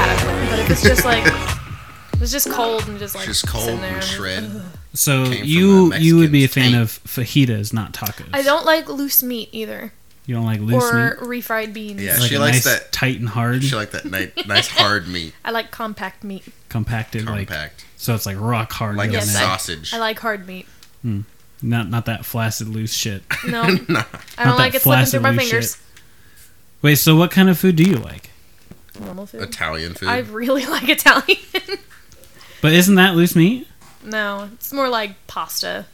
wife is just like was just cold and just like She's cold sitting there. and shred. So Came from you a you would be a Mexican's fan of fajitas, not tacos. I don't like loose meat either, You don't like loose or meat. refried beans. Yeah, Like she a likes nice, that. tight and hard, She like that ni- nice hard meat, I like compact meat. compacted, like compact, so it's like rock hard. like down a Yes, there. I- sausage. I like hard meat. not not that flaccid loose shit. No, I don't Not like that it slipping through my flaccid fingers. Wait, so what kind of food do you like? Normal food. Italian food. I really like Italian. But isn't that loose meat? no, it's more like pasta.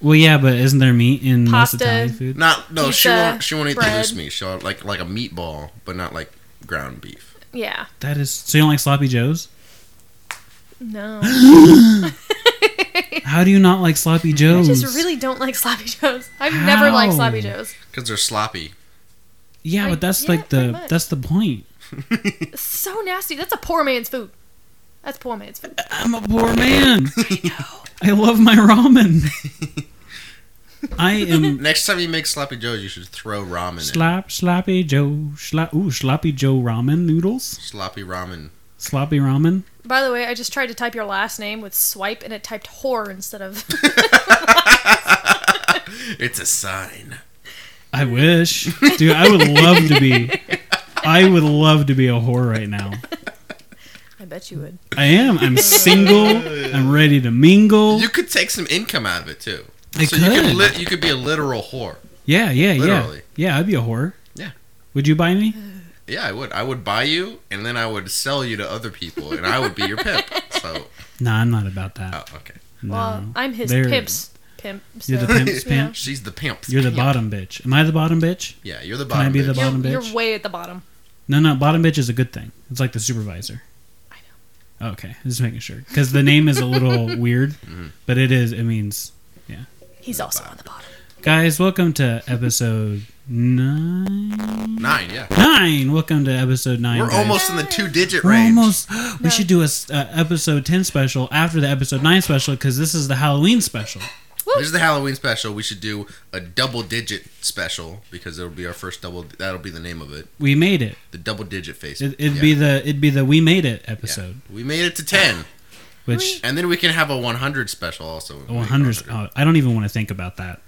Well, yeah, but isn't there meat in Pasta. most Italian food? not no. pizza, she won't. She won't eat the bread. loose meat. She'll like like a meatball, but not like ground beef. Yeah, That is. So you don't like sloppy joes? no, How do you not like sloppy joes? I just really don't like sloppy joes. I've never liked How? sloppy joes. Because they're sloppy. yeah, I- but that's yeah, like pretty the much. that's the point. It's so nasty. That's a poor man's food. That's poor man's food. I'm a poor man. I love my ramen. I am Next time you make sloppy joes, you should throw ramen in. slap sloppy joe slap ooh sloppy joe ramen noodles Sloppy ramen. sloppy ramen. By the way, I just tried to type your last name with swipe, and it typed whore instead of. It's a sign. I wish, dude. I would love to be. I would love to be a whore right now. I bet you would. I am. I'm single. I'm ready to mingle. You could take some income out of it too. I so you could could. li- you could be a literal whore. yeah, yeah, Literally. yeah. Yeah, I'd be a whore. Yeah. Would you buy me? Yeah, I would. I would buy you, and then I would sell you to other people, and I would be your pimp. So, No, I'm not about that. oh, okay. No. Well, I'm his There- pimp's pimp. So. You're the pimp's Yeah. pimp. She's the pimp. You're the Pimp. bottom bitch. Am I the bottom bitch? Yeah, you're the I bottom. be the bitch. bottom? You're, bitch. you're way at the bottom. No, no. Bottom bitch is a good thing. It's like the supervisor. I know. Okay, just making sure because the name is a little weird, Mm-hmm. but it is. It means He's also on the bottom. guys. Welcome to episode nine. Nine. Yeah, Nine. Welcome to episode 9 we're guys. almost in the two-digit We're range. almost. We should do a s- uh, episode ten special after the episode nine special because this is the Halloween special. This is the Halloween special. We should do a double-digit special because it'll be our first double. That'll be the name of it. We made it. The double-digit face. it it'd be the it'd be the we made it episode, We made it to ten, which and then we can have a 100 special also. uh, a one hundred. Oh, I don't even want to think about that.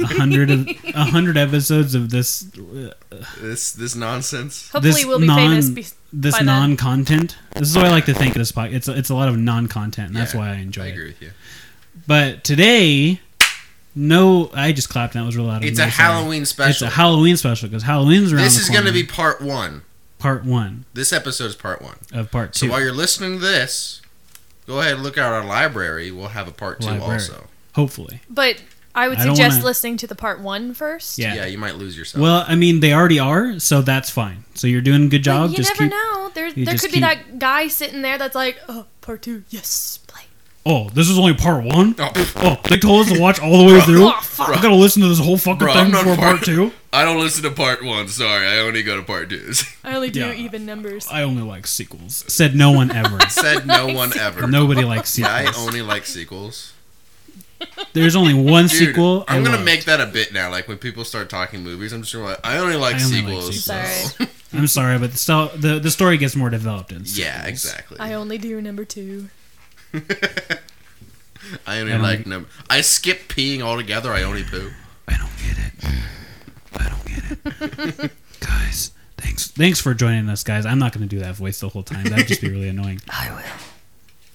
A hundred of a hundred episodes of this This this nonsense. Hopefully, this we'll be non famous. Be- this by then. non content. This is what I like to think of this podcast. It's it's a lot of non content. and That's Yeah, why I enjoy I it. agree with you. But today, no, I just clapped. and That was real loud. I'm It's a really sorry. Halloween It's special. a Halloween special because Halloween's around. this the is going to be corner. part one. part one This episode is part one. of part So two. while you're listening to this, go ahead and look at our library. We'll have a part two Library. also. hopefully, but I would I don't suggest wanna- listening to the part one first. yeah. Yeah. you might lose yourself. Well, I mean, they already are, so that's fine. So you're doing a good But job. you just never keep. know. There, you there just could be keep- that guy sitting there that's like, oh, part two, yes, play. Oh, this is only part one. Oh, pff, Oh, they told us to watch all the way through. Oh, fuck. I gotta listen to this whole fucking Bro, thing I'm not before part part- two. I don't listen to part one. Sorry, I only go to part twos. I only do Yeah. even numbers. I only like sequels. Said no one ever. Said no one ever. Nobody likes I sequels. only like sequels. There's only one Dude, sequel. I I'm gonna loved. make that a bit now. Like when people start talking movies, I'm just gonna be like, I only like I only like sequels. sequels. so- I'm sorry, but the, sto- the the story gets more developed in. Sequels. yeah, exactly. I I, only do number two. only I don't- like number. I skip peeing altogether. I only poo. I don't get it. I don't get it, guys. Thanks, thanks for joining us, guys. I'm not gonna do that voice the whole time. That'd just be really annoying. I will.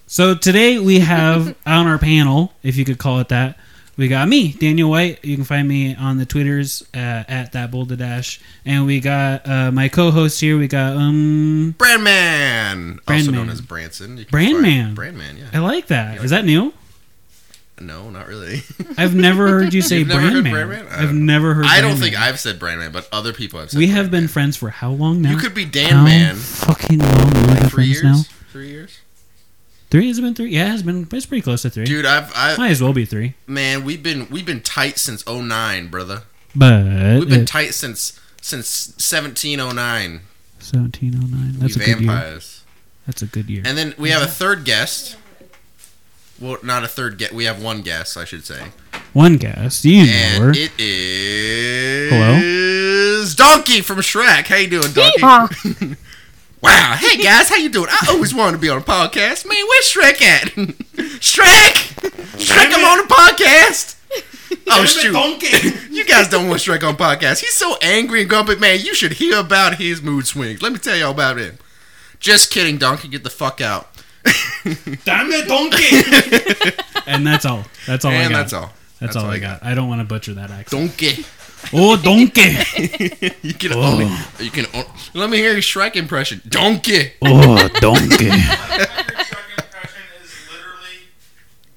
So today we have on our panel, if you could call it that, we got me, Daniel White. You can find me on the Twitters uh, at that bold dash, and we got uh, my co-host here. We got um, Brandman, also known Brandman. as Branson. You can Brandman. find- Brandman, yeah. I like that. Is that new? No, not really. I've never heard you say You've never heard brand man. Brandman? I I've don't- never heard. I don't brand think man. I've said Brandman, but other people have said. We have been Brandman. friends for how long now? You could be how Dan Man. fucking long we've been Like three years. friends now. Three years. Three has it been three. Yeah, it's been. It's pretty close to three. Dude, I've I Might as well be three. man, we've been we've been tight since 09, brother. But We've been uh, tight since since 1709. 1709. We That's a good year. vampires. That's a good year. And then we have a third guest. Well, not a third guest. We have one guest, I should say. One guest. You know her. And it is Donkey from Shrek. How you doing, Donkey? Wow, hey guys, how you doing? I always wanted to be on a podcast. Man, where's Shrek at? Shrek! Shrek, I'm on a podcast! Oh shoot. You guys don't want Shrek on podcast. He's so angry and grumpy, man. You should hear about his mood swings. Let me tell y'all about him. Just kidding, Donkey. Get the fuck out. Damn it, donkey! And that's all. That's all I and got. that's all. That's, all, I got. I don't want to butcher that accent. Donkey. Oh, donkey. You can Oh. only. You can. on- Let me hear your Shrek impression. Donkey. oh, donkey. impression is literally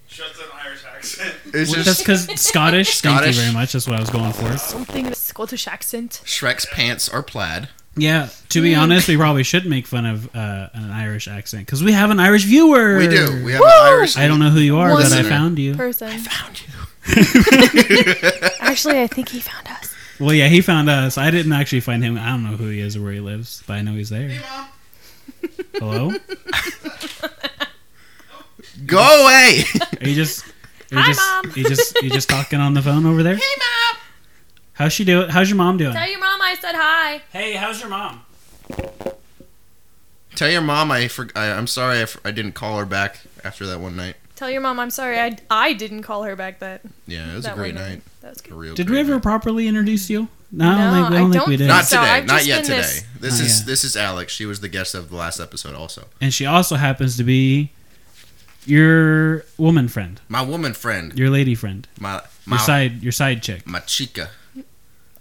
just an Irish accent. It's That's just because Scottish. Thank Scottish. you very much. That's what I was going for. Something with Scottish accent. Shrek's pants are plaid. Yeah. To be honest, we probably should make fun of uh, an Irish accent because we have an Irish viewer. We do. We have Woo! an Irish. I don't know who you are, but I Listener. found you. Person. Found you. Actually, I think he found us. Well, yeah, he found us. I didn't actually find him. I don't know who he is or where he lives, but I know he's there. Mom, Hello? Go away. Are you just? Are you just, Mom. You just you just talking on the phone over there? Hey, mom. How's she doing? How's your mom doing? Tell your mom I said hi. Hey, how's your mom? Tell your mom I for, I, I'm sorry I, f- I didn't call her back after that one night. Tell your mom I'm sorry I, I didn't call her back that. Yeah, it was that a great one night. That was A good. real Did great we ever night. properly introduce you? No, I No, don't think, I I don't think don't we did. Not So today. I've Not just yet been today. this- This, Not is yet. this is Alex. She was the guest of the last episode. Also, and she also happens to be your woman friend, my woman friend, your lady friend, my your my side, your side chick. my chica,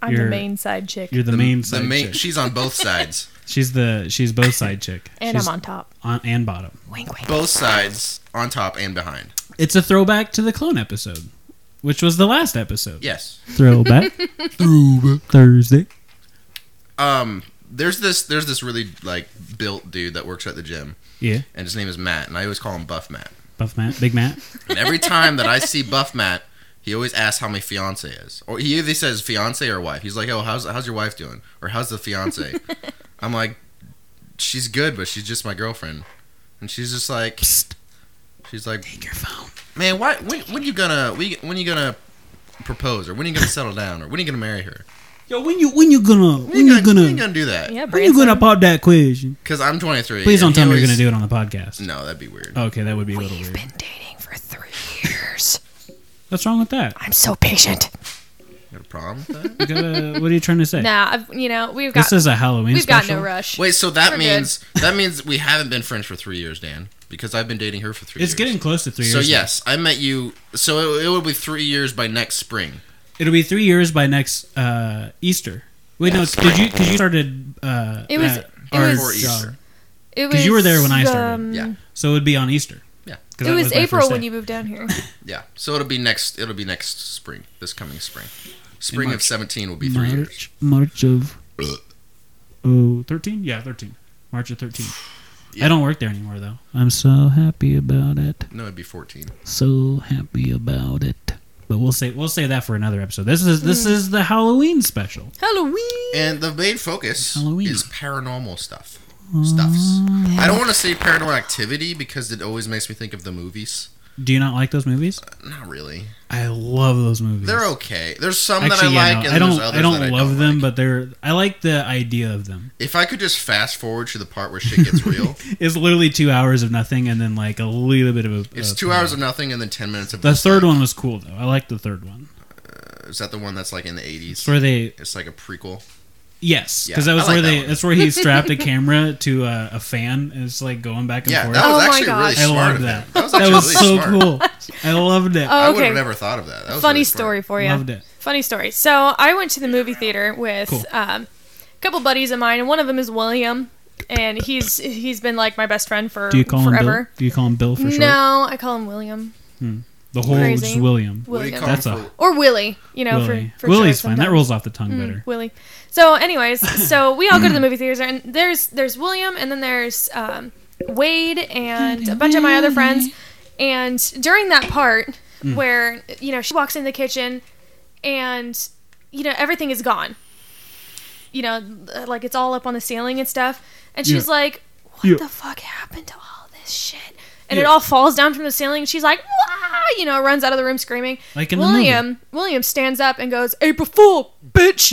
I'm You're- the main side chick. You're the, main side the main. chick. She's on both sides. She's the she's both side chick. And she's I'm on top. on and bottom. Wink, wink. both sides, on top and behind. It's a throwback to the clone episode, which was the last episode. Yes. Throwback. throwback Thursday. Um. There's this. There's this really like built dude that works at the gym, Yeah, and his name is Matt, and I always call him Buff Matt. Buff Matt, Big Matt. And every time that I see Buff Matt, he always asks how my fiance is. Or he either says fiance or wife. He's like, "Oh, how's how's your wife doing?" Or "How's the fiance?" I'm like, "She's good, but she's just my girlfriend." And she's just like, Psst. she's like, Take your phone. "Man, why when when you gonna we when you gonna propose or when you gonna settle down or when you gonna marry her?" Yo, when you when you gonna when When you when gonna do that? Yeah, when you Branson. gonna pop that question? Because I'm 23. Please don't and tell he me you're gonna always- do it Oh. on the podcast. No, that'd be weird. Okay, that would be a little weird. been dating for three years. What's wrong with that? I'm so patient. You got a problem with that? You gotta- what are you trying to say? Nah, I've, you know we've got this is a Halloween we've got special. no rush. Wait, so that We're good. means that means we haven't been friends for three years, Dan. Because I've been dating her for three It's years. getting close to three So years. yes, I met you. So it, it will be three years by next spring. it'll be three years by next uh, Easter. Wait, no, did you? Because you started. Uh, It was- at it our was- Before Easter. job. It 'Cause you were there when I started. um, Yeah. so it would be on Easter. Yeah. 'Cause It that was, my April first when day. you moved down here. Yeah. So it'll be next. It'll be next spring. This coming spring. Spring of March. seventeen will be three years. March, March of oh, 13? Yeah, thirteen. March of thirteen. Yeah. I don't work there anymore though. I'm so happy about it. No, it'd be fourteen. So happy about it. But we'll say we'll say that for another episode. This is this is the Halloween special. Halloween. And the main focus Halloween. is paranormal stuff. Stuffs. I don't want to say paranormal activity because it always makes me think of the movies. Do you not like those movies? Not really. I love those movies. They're okay. There's some Actually, that I yeah, like, no, and I don't. there's others I don't that I love don't them, like. but they're. I like the idea of them. If I could just fast forward to the part where shit gets real, It's literally two hours of nothing, and then like a little bit of a. it's a- two hours of nothing and then ten minutes of The third mistake. one was cool though. I like the third one. Is that the one that's like in the eighties? It's where they It's like a prequel. yes, because Yeah, that was I like where that they. one. That's where he strapped a camera to a, a fan, and it's like going back and Yeah, forth. that Oh was my actually gosh. really I smart. loved of that. him. That was That actually was really so smart. cool. I loved it. I Oh, would have okay. never thought of that. that was Funny really smart. story for you. Loved it. Funny story. So I went to the movie theater with Cool. um, a couple buddies of mine, and one of them is William, and he's he's been like my best friend for Do you call him forever. Bill? Do you call him Bill for short? No, I call him William. The whole Crazy. just William. What do you William. call That's him a- for- or Willie, you know, Willie. for, for Willie's sure fine. That sometimes. rolls off the tongue Mm, better. Willie. So, anyways, so we all go to the movie theaters, and there's there's William, and then there's um, Wade, and a bunch of my other friends. And during that part Mm. where you know she walks in the kitchen, and you know everything is gone. You know, like it's all up on the ceiling and stuff, and she's Yeah. like, "What Yeah. the fuck happened to all this shit?" And it all falls down from the ceiling. And she's like, "Wah!" You know, runs out of the room screaming. Like in the movie. William, William stands up and goes, "April Fool, bitch!"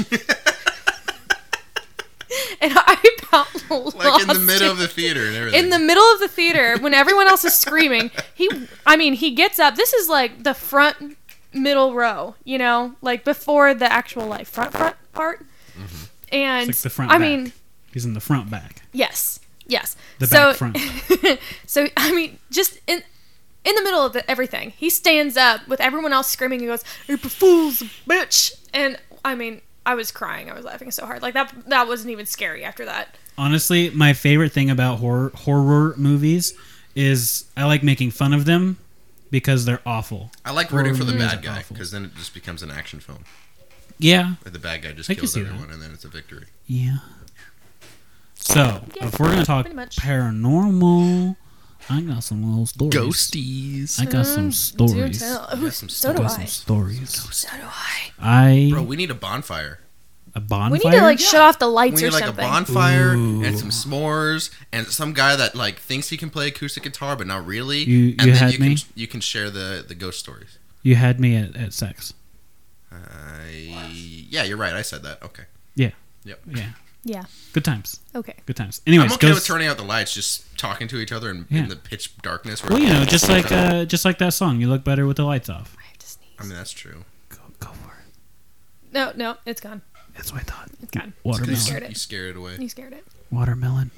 and I about like in the middle of the theater and everything. in the middle of the theater when everyone else is screaming he i mean he gets up this is like the front middle row you know like before the actual like front front part Mm-hmm. and It's like the front i back. mean He's in the front back. yes yes The so back front. so i mean just in in the middle of the, everything he stands up with everyone else screaming and goes april fools bitch and i mean i was crying i was laughing so hard like that that wasn't even scary after that Honestly, my favorite thing about horror horror movies is I like making fun of them because they're awful. I like rooting for the Horror bad movies are guy awful. because then it just becomes an action film. Yeah, Where the bad guy just I can kills see that. everyone and then it's a victory. yeah. So Yeah, if we're gonna talk pretty much. paranormal, I got some little stories. Ghosties. I got some stories. Mm, Do tell. Ooh, got some so do got i some stories. so do i I Bro, we need a bonfire. a bonfire. We need to like shut off the We lights need or like something. a bonfire Ooh. and some s'mores and some guy that like thinks he can play acoustic guitar but not really. You- and you had you me? can you can share the the ghost stories. you had me at, at sex. Uh, yeah, you're right. I said that. Okay. Yeah. Yeah. Good times. okay. Good times. Anyways, I'm okay ghost- with turning out the lights, just talking to each other in, Yeah. in the pitch darkness. where- Well, you know, just like uh, just like that song, you look better with the lights off. I have to sneeze. I mean, that's true. Go, go for it. No, no, it's gone. That's what I thought. It's gone. You Watermelon. scared scared, it. you scared it away. You scared it. Watermelon.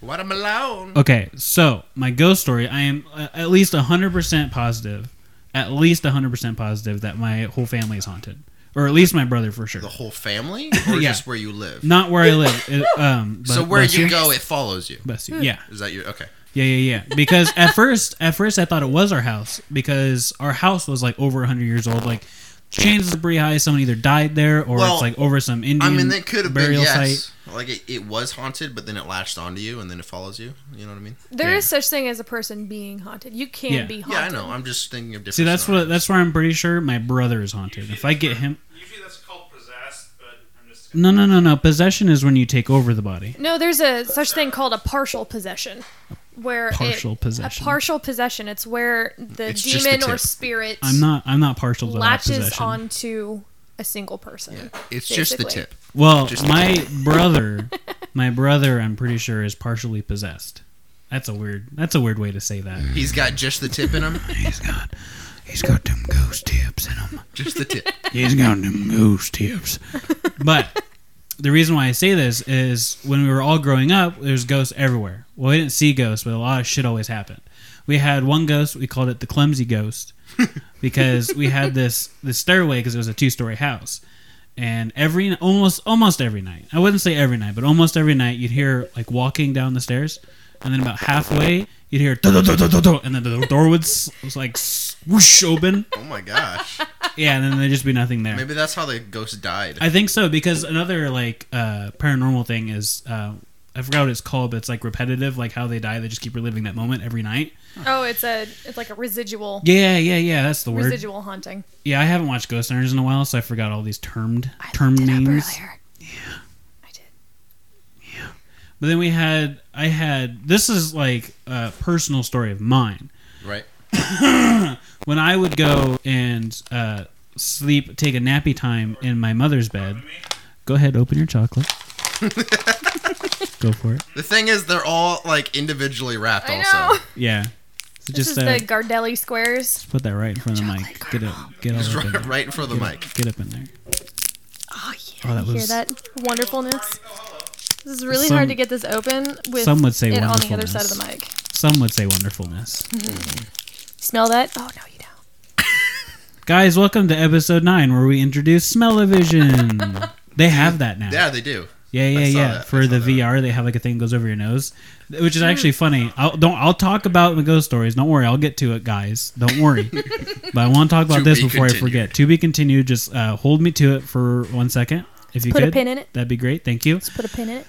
What a Malone. Okay, so my ghost story. I am uh, at least hundred percent positive, at least hundred percent positive that my whole family is haunted, or at least my brother for sure. The whole family, or Yeah. just where you live? Not where I live. it- um, but so where bless you go, it follows you. bless you. Yeah. Is that your okay? Yeah, yeah, yeah. Because at first, at first, I thought it was our house because our house was like over 100 years old. Like chances are pretty high someone either died there or Well, it's like over some Indian I mean, that could have been burial yes. site. Like it, it was haunted, but then it latched onto you, and then it follows you. You know what I mean? There is Yeah. such thing as a person being haunted. You can Yeah. be Yeah, I haunted. know. I'm just thinking of different. See, that's what scenarios. that's where I'm pretty sure my brother is haunted. If I get him, Usually that's called possessed, but I'm just. no, no, no, no. Possession is when you take over the body. No, there's a such thing called a partial possession, where it- Partial possession. A partial possession. It's where the It's just the demon or tip. spirit I'm not I'm not partial to that latches possession. onto a single person. It's just the basically. tip. well, just- my brother, my brother, I'm pretty sure is partially possessed. That's a weird. That's a weird way to say that. He's got just the tip in him. He's got he's got them ghost tips in him. Just the tip. He's got them ghost tips. But the reason why I say this is when we were all growing up, there's ghosts everywhere. Well, we didn't see ghosts, but a lot of shit always happened. We had one ghost, we called it the clumsy ghost because we had this this stairway because it was a two story house, and every almost almost every night I wouldn't say every night, but almost every night you'd hear like walking down the stairs, and then about halfway you'd hear "Duh, duh, duh, duh, duh, duh," and then the door would s- was like swoosh open, Oh my gosh. yeah, and then there'd just be nothing there. Maybe that's how the ghost died. I think so because another like uh, paranormal thing is uh, I forgot what it's called, but it's like repetitive, like how they die. They just keep reliving that moment every night. Oh, it's a it's like a residual Yeah, yeah, yeah. That's the word. residual haunting. Yeah, I haven't watched Ghost Hunters in a while, so I forgot all these termed I term looked it up names. earlier. I did. But then we had I had this is like a personal story of mine. Right. When I would go and uh, sleep, take a nappy time in my mother's bed. Go ahead, open your chocolate. go for it. The thing is, they're all like individually wrapped. I also, know. Yeah. So This just is uh, the Gardelli squares. Put that right in front of the mic. Get it. Get Just all up in right, there. right in front of the mic. Get up in there. Oh yeah, Oh, that you was- hear that wonderfulness? This is really Some- hard to get this open with Some would say it on the other wonderfulness. side of the mic. Some would say wonderfulness. Smell that? Oh no, you don't. Guys, welcome to episode nine, where we introduce Smell-O-Vision. they have that now. Yeah, they do. yeah, yeah, I saw yeah. that. I For saw the that. VR, they have like a thing that goes over your nose, which is actually funny. I'll don't. I'll talk about the ghost stories. Don't worry, I'll get to it, guys. Don't worry. but I want to talk about To this be before I continued. forget. To be continued. Just uh, hold me to it for one second, if you Put a could. pin in it. That'd be great. Thank you. Put a pin in it.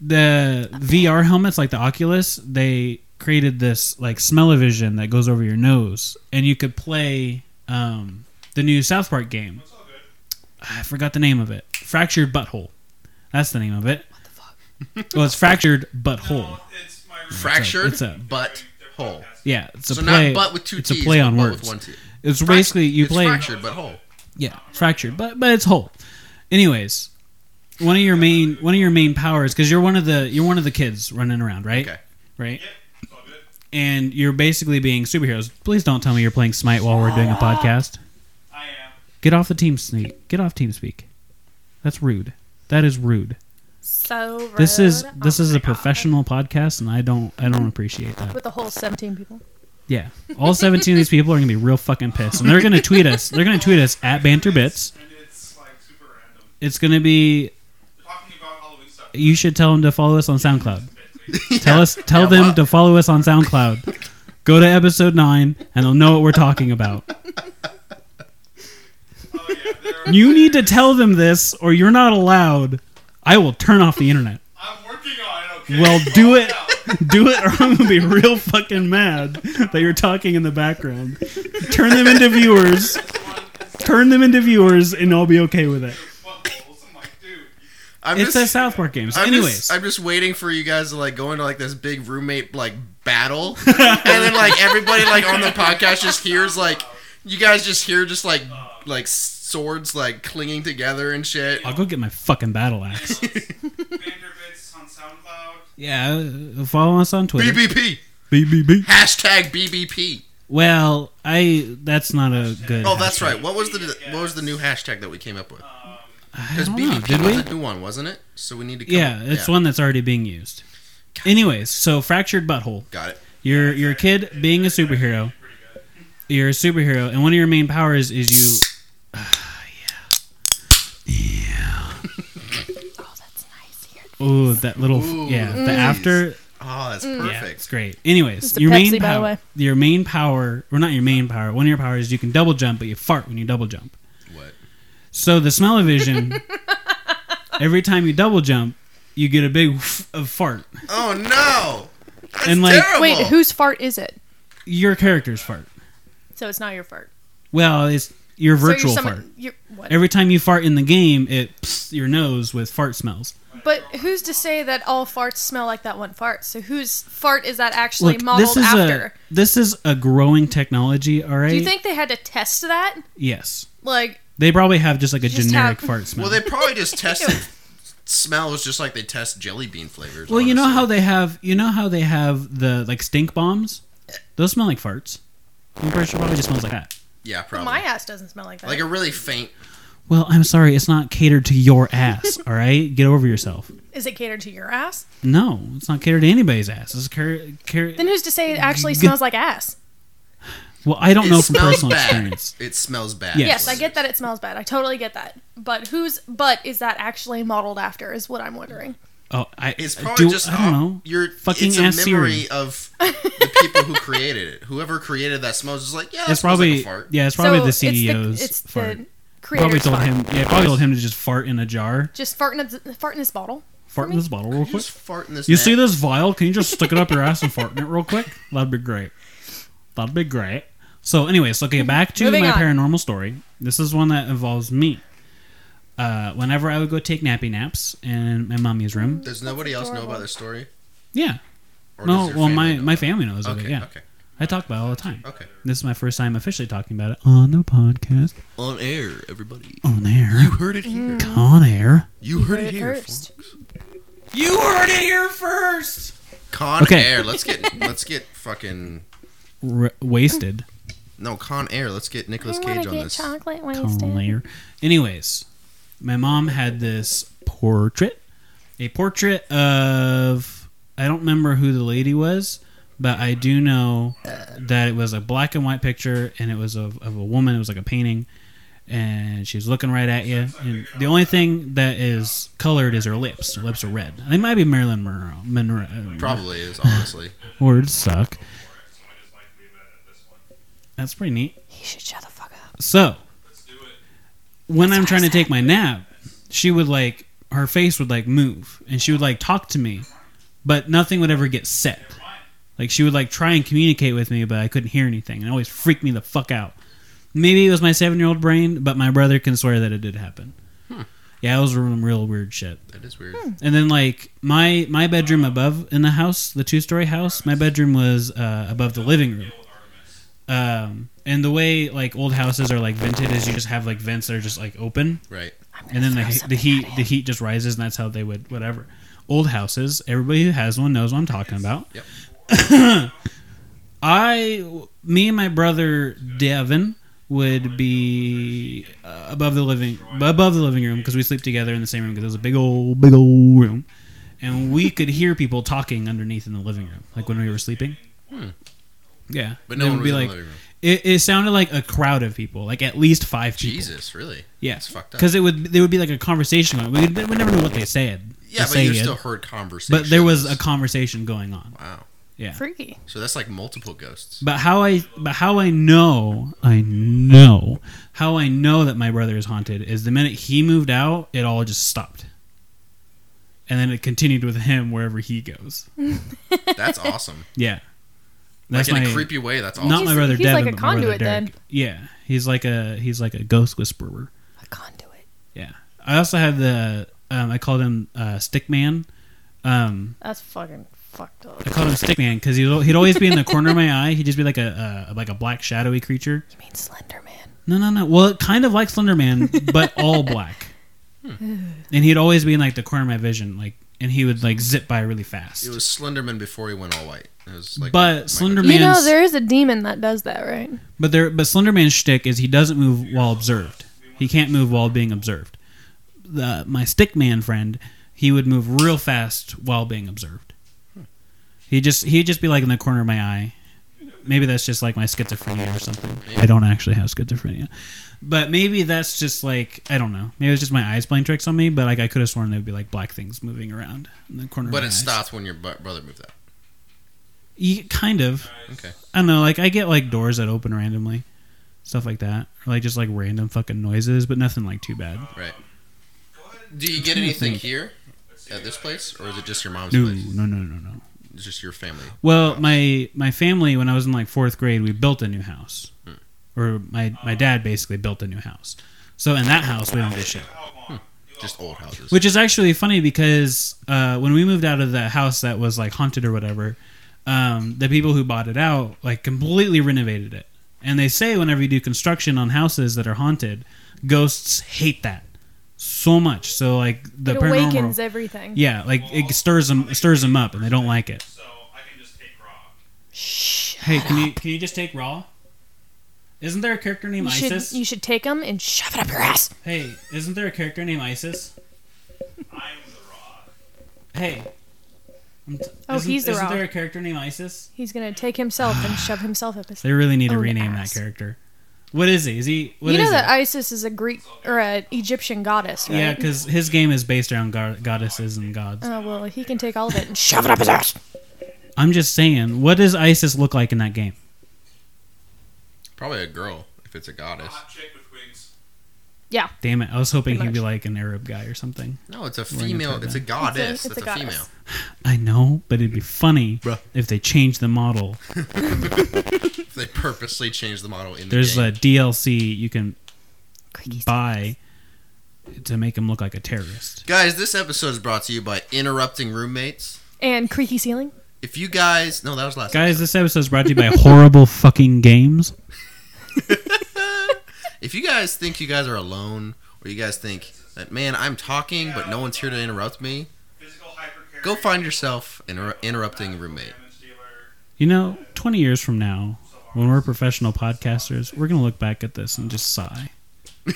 the VR helmets, like the Oculus, they created this like smell-o-vision that goes over your nose, and you could play um, the new South Park game. I forgot the name of it. Fractured Butthole. That's the name of it. What the fuck? well, it's Fractured Butthole. It's my Fractured it's a- butt hole. Yeah, it's a So play. not butt with two it's T's. a play but on butt words. With one T. It's Fract- basically you it's play fractured but whole. Yeah, fractured, but but it's whole. Anyways, one of your main one of your main powers because you're one of the you're one of the kids running around, right? Okay. Right. Yep, it's all good. And you're basically being superheroes. Please don't tell me you're playing Smite while we're doing a podcast. I am. Get off the team sneak. Get off TeamSpeak. That's rude. That is rude. So rude. This is this Oh is my a God. professional podcast, and I don't I don't appreciate that. with the whole 17 people. Yeah, all seventeen of these people are gonna be real fucking pissed, and they're gonna tweet us. They're gonna tweet us at Banter Bits. And it's like super random. It's gonna be. They're talking about Halloween stuff. You should tell them to follow us on SoundCloud. Tell us, tell them well- to follow us on SoundCloud. Go to episode nine, and they'll know what we're talking about. Oh yeah, they're, You need to tell them this, or you're not allowed. I will turn off the internet. I'm working on it. Okay. Well, do it, No. do it, or I'm gonna be real fucking mad that you're talking in the background. Turn them into viewers. Turn them into viewers, and I'll be okay with it. buttholes. I'm like, dude, I'm It's a just, South Park game. So I'm anyways, just, I'm just waiting for you guys to like go into like this big roommate like battle, and then like everybody like on the podcast just hears like you guys just hear just like like swords like clinging together and shit. I'll go get my fucking battle axe. Vanderbits on SoundCloud. yeah, uh, follow us on Twitter. BBP BBB. hashtag BBP. Well, I that's not a good. Oh, that's hashtag. right. What was the what was the new hashtag that we came up with? I Because don't know. BBP Did we? was a new one, wasn't it? So we need to. Come Yeah, it's one that's already being used. Anyways, so fractured butthole. Got it. Your your kid being a superhero. You're a superhero, and one of your main powers is you. Oh, that's nice. Here. Oh, that little Ooh, yeah. The nice. after Oh, that's yeah, it's perfect. great. Anyways, It's a your Pepsi, main by the power. way. Your main power, or not your main power. One of your powers is you can double jump, but you fart when you double jump. What? So the smell of vision. every time you double jump, you get a big of fart. Oh no! That's And, like- terrible. Wait, whose fart is it? Your character's fart. So it's not your fart. Well, it's your virtual so you're fart. You're, what? Every time you fart in the game, it pss your nose with fart smells. But who's to say that all farts smell like that one fart? So whose fart is that actually Look, modeled this is after? a this is a growing technology. All right. Do you think they had to test that? Yes, Like, they probably have just like a Just generic have- fart smell. Well, they probably just tested smells just like they test jelly bean flavors. Well, you know honestly. how they have you know how they have the like stink bombs. Those smell like farts. I'm pretty sure probably just smells like that. Yeah, probably. My ass doesn't smell like that. like a really faint. Well, I'm sorry, it's not catered to your ass. all right, get over yourself. is it catered to your ass? No, it's not catered to anybody's ass. It's car- car- Then who's to say it actually G- smells like ass? well, I don't It know from smells personal bad. experience. It smells bad. Yes. Yes, I get that it smells bad. I totally get that. But whose butt is that actually modeled after is what I'm wondering. Oh, I It's probably do- just I don't know. Your Fucking it's a ass memory Siri. of the people who created it. Whoever created that smells is like yeah. That It's smells probably like a fart. yeah. It's probably so the It's CEO's the, it's fart. the probably creator's told fart. him. Yeah, probably told him to just fart in a jar. Just fart in, a, fart in this bottle. Fart in this bottle real You quick. Just fart in this. You net. see this vial? Can you just stick it up your ass and fart in it real quick? That'd be great. That'd be great. So, anyways, okay, Mm-hmm. back to Moving my on. paranormal story. This is one that involves me. Uh, whenever I would go take nappy naps in my mommy's room, Does nobody else know about this story? yeah. Mm. Or No, does your well, my know about my it? family knows. of it, Okay. yeah, Okay. I talk about it all the time. Okay. This is my first time officially talking about it on the podcast On air, everybody. on air You heard it here. on air. You heard it It here. hurts. You heard it here first. Con Okay. Air. Let's get let's get fucking R- wasted. no Con Air. Let's get Nicolas I wanna Cage on get this. chocolate Colin wasted. Layer. Anyways, my mom had this portrait, a portrait of I don't remember who the lady was, but I do know that it was a black and white picture, and it was of, of a woman. It was like a painting, and she was looking right at you. And the only thing that is colored is her lips. Her lips are red. They might be Marilyn Monroe. Monroe uh, Probably is honestly. Words suck. Someone just like leave it at this one. That's pretty neat. You should shut the fuck up. So Let's do it. when I'm trying to take my nap, she would like her face would like move and she would like talk to me, but nothing would ever get said. Like she would like try and communicate with me, but I couldn't hear anything, and it always freaked me the fuck out. Maybe it was my seven year old brain, but my brother can swear that it did happen. Yeah, I was doing real weird shit. That is weird. And then like my my bedroom above in the house, the two story house, my bedroom was uh, above the living room. Um, and the way like old houses are like vented is you just have like vents that are just like open. Right. and then the, the heat the heat just rises, and that's how they would whatever. Old houses. Everybody who has one knows what I'm talking about. Yep. I, me and my brother Devin would be uh, above the living above the living room because we sleep together in the same room because it was a big old big old room, and we could hear people talking underneath in the living room, like when we were sleeping. Yeah, Hmm. But no They one was would in the like. living room. It, it sounded like a crowd of people, like at least five people. Jesus, really? Yeah, It's fucked up. because it would there would be like a conversation going. We, we never knew what they said. Yeah, to but you say it, still heard conversation. But there was a conversation going on. wow. Yeah, Freaky. So that's like multiple ghosts. but how I but how I know I know how I know that my brother is haunted is the minute he moved out, it all just stopped. And then it continued with him wherever he goes. That's awesome. Yeah, like that's in my a creepy way. That's awesome. not my He's- brother. he's Devin, like a but my brother conduit then. Derek. Yeah, he's like a he's like a ghost whisperer. A conduit. Yeah, I also had the um, I called him uh, Stickman. Um, That's fucking fucked up. I called him Stickman because he'd, al- he'd always be in the corner of my eye. He'd just be like a, a like a black shadowy creature. You mean Slender Man? No, no, no. Well, kind of like Slenderman, but all black. Hmm. and he'd always be in like the corner of my vision, like, and he would like zip by really fast. It was Slenderman before he went all white. It was like but Slenderman. Slenderman's, You know, there is a demon that does that, right? but there, but Slenderman's shtick is he doesn't move while observed. He can't move while being observed. The, my Stickman friend, he would move real fast while being observed. He just he'd just be like in the corner of my eye. Maybe that's just like my schizophrenia or something. I don't actually have schizophrenia, but maybe that's just like I don't know. Maybe it's just my eyes playing tricks on me. But like I could have sworn there'd be like black things moving around in the corner. of But my it eyes. stopped when your bu- brother moved out. Ye- kind of. Okay. I don't know. Like I get like doors that open randomly, stuff like that, or like just like random fucking noises, but nothing like too bad. Right. Do you get anything here at this place, or is it just your mom's No, place? no, no, no, no. It's just your family. Well, my my family when I was in like fourth grade, we built a new house, or my my dad basically built a new house. So in that house, we don't get shit. Just old houses. Which is actually funny because uh, when we moved out of the house that was like haunted or whatever, um, the people who bought it out like completely renovated it. And they say whenever you do construction on houses that are haunted, ghosts hate that so much. So like the It paranormal, awakens everything. yeah, like it stirs them stirs them up, and they don't like it. So I can just take raw. Hey, can you can you just take raw? Isn't there a character named You Isis? should, you should take them and shove it up your ass. hey, isn't there a character named Isis? I'm the raw. Hey. I'm t- Oh, isn't, he's the isn't raw. there a character named Isis? He's gonna take himself and shove himself up his. They really need to Own rename ass. that character. What is he? Is he? what Oh, you know is that he? Isis is a Greek or an Egyptian goddess, right? yeah, because his game is based around go- goddesses and gods. Oh well, he can take all of it and shove it up his ass. I'm just saying, what does Isis look like in that game? Probably a girl if it's a goddess. Hot chick with wings. Damn it! I was hoping he'd be like an Arab guy or something. No, it's a gonna female. try It's a that. It's goddess. a- it's That's a a female. goddess. I know, but it'd be funny Bruh. if they changed the model. They purposely changed the model in the There's game. a DLC you can Creaky buy to make him look like a terrorist. Guys, this episode is brought to you by interrupting roommates. And creaky ceiling. If you guys, no, that was last. Guys, this episode is brought to you by horrible fucking games. If you guys think you guys are alone, or you guys think that man, I'm talking but no one's here to interrupt me, Physical hypercarrier. go find yourself an inter- interrupting roommate. Damage dealer. You know, 20 years from now, when we're professional podcasters, we're going to look back at this and just sigh. I'm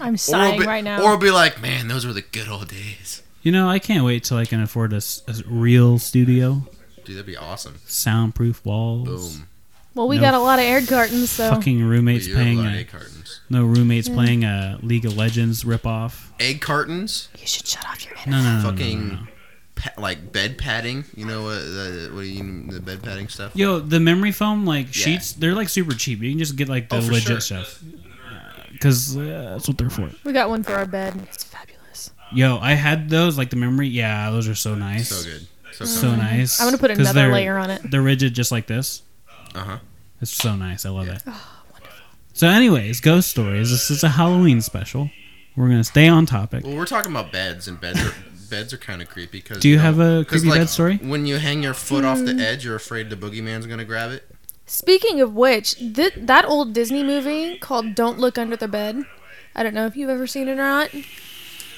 Or we'll sighing be, right now. Or be like, man, those were the good old days. You know, I can't wait till I can afford a, s- a real studio, Dude, that'd be awesome. soundproof walls, Boom. well, we No got a lot of air cartons, so fucking roommates You have a paying lot of a, egg cartons. no roommates playing a League of Legends ripoff. Egg cartons. you should shut off your internet. No, no, no, no, no, fucking no. pa- like bed padding. You know what? the what do you the bed padding stuff? Yo, the memory foam like sheets, they're like super cheap. You can just get like the Oh, for sure. legit stuff. Because uh, that's what they're for. We got one for our bed. and It's fabulous. Yo, I had those like the memory. Yeah, those are so nice. So good. So, So nice. Mm-hmm. I'm gonna put 'Cause another they're- layer on it. They're rigid, just like this. Uh huh. It's so nice. I love it. So, anyways, ghost stories. This is a Halloween special. We're gonna stay on topic. Well, we're talking about beds, and beds are beds are kind of creepy. Cause Do you know, have a 'cause, creepy like, bed story? When you hang your foot off Mm. the edge, you're afraid the boogeyman's gonna grab it. Speaking of which, th- that old Disney movie called Don't Look Under the Bed, I don't know if you've ever seen it or not,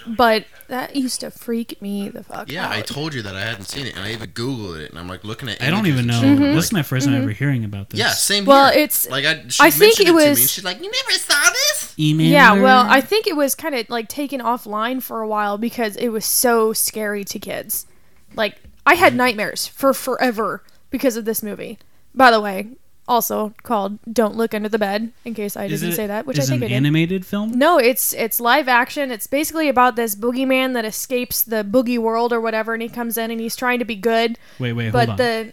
but that used to freak me the fuck Yeah, out. I told you that I hadn't seen it, and I even Googled it, and I'm like looking at. I don't images even and know. shit, and I'm This is like, my 1st Mm-hmm. time ever hearing about this. yeah, same. Well, here. it's- like I. She I think mentioned it to me, was- and she's like, "You never saw this." Email. yeah, well, alert. I think it was kind of like taken offline for a while because it was so scary to kids. Like, I had nightmares for forever because of this movie. By the way, also called "Don't Look Under the Bed," in case I Is didn't it- say that, which I is think an I did. animated film. No, it's it's live action. It's basically about this boogeyman that escapes the boogie world or whatever, and he comes in and he's trying to be good, Wait, wait, hold but on. the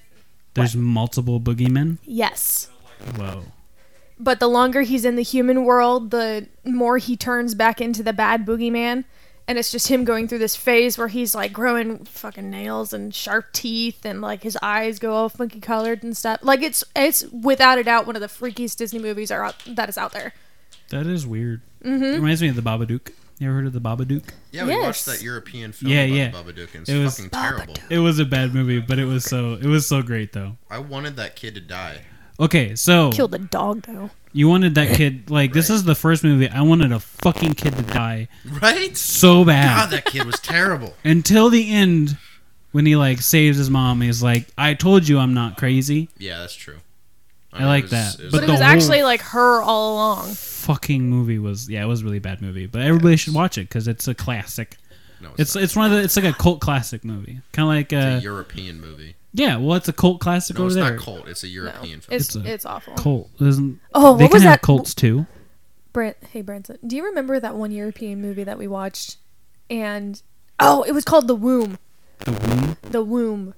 There's multiple boogeymen. yes, Whoa. but the longer he's in the human world, the more he turns back into the bad boogeyman, and it's just him going through this phase where he's like growing fucking nails and sharp teeth, and like his eyes go all funky colored and stuff. Like it's it's without a doubt one of the freakiest Disney movies are out, that is out there. That is weird. Mm-hmm. It reminds me of the Babadook. You ever heard of the Babadook? Yeah, we Yes. watched that European film Yeah, about yeah. Babadook, and it's It was- fucking terrible. It was a bad movie, but it was so it was so great though. I wanted that kid to die. Okay, so Killed a dog though. you wanted that kid like this is the first movie I wanted a fucking kid to die Right? so bad. God, that kid was terrible. until the end when he like saves his mom he's like i told you i'm not crazy Yeah, that's true. I like that, but But it was the whole- actually like her all along. fucking movie was yeah it was a really bad movie but everybody should watch it because it's a classic no, it's, it's it's one of the it's like a cult classic movie kind of like not. uh It's a European movie. yeah well it's a cult classic No, over it's there not cult. It's a European film. It's It's a- it's awful. cult isn't Oh, they what can was have that? cults too Brant, hey Branson, do you remember that one European movie that we watched? And oh, it was called The Womb. the room The Womb,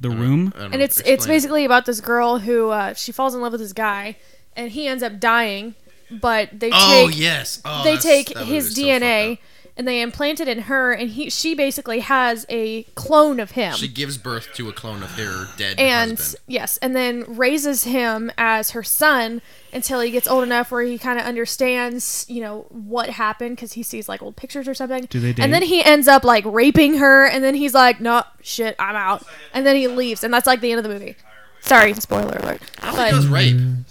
the room I don't know, and it's it's explain it. basically about this girl who uh, she falls in love with this guy, and he ends up dying, but they Oh take yes. Oh, they that's- take that movie his was so DNA. fucked up. and they implant it in her, and he she basically has a clone of him. She gives birth to a clone of her dead and husband. yes, and then raises him as her son until he gets old enough where he kind of understands, you know, what happened because he sees like old pictures or something. Do they date? And then he ends up like raping her, and then he's like, "No, shit, I'm out," and then he leaves, and that's like the end of the movie. Sorry, spoiler alert. I don't think it was Mm. rape.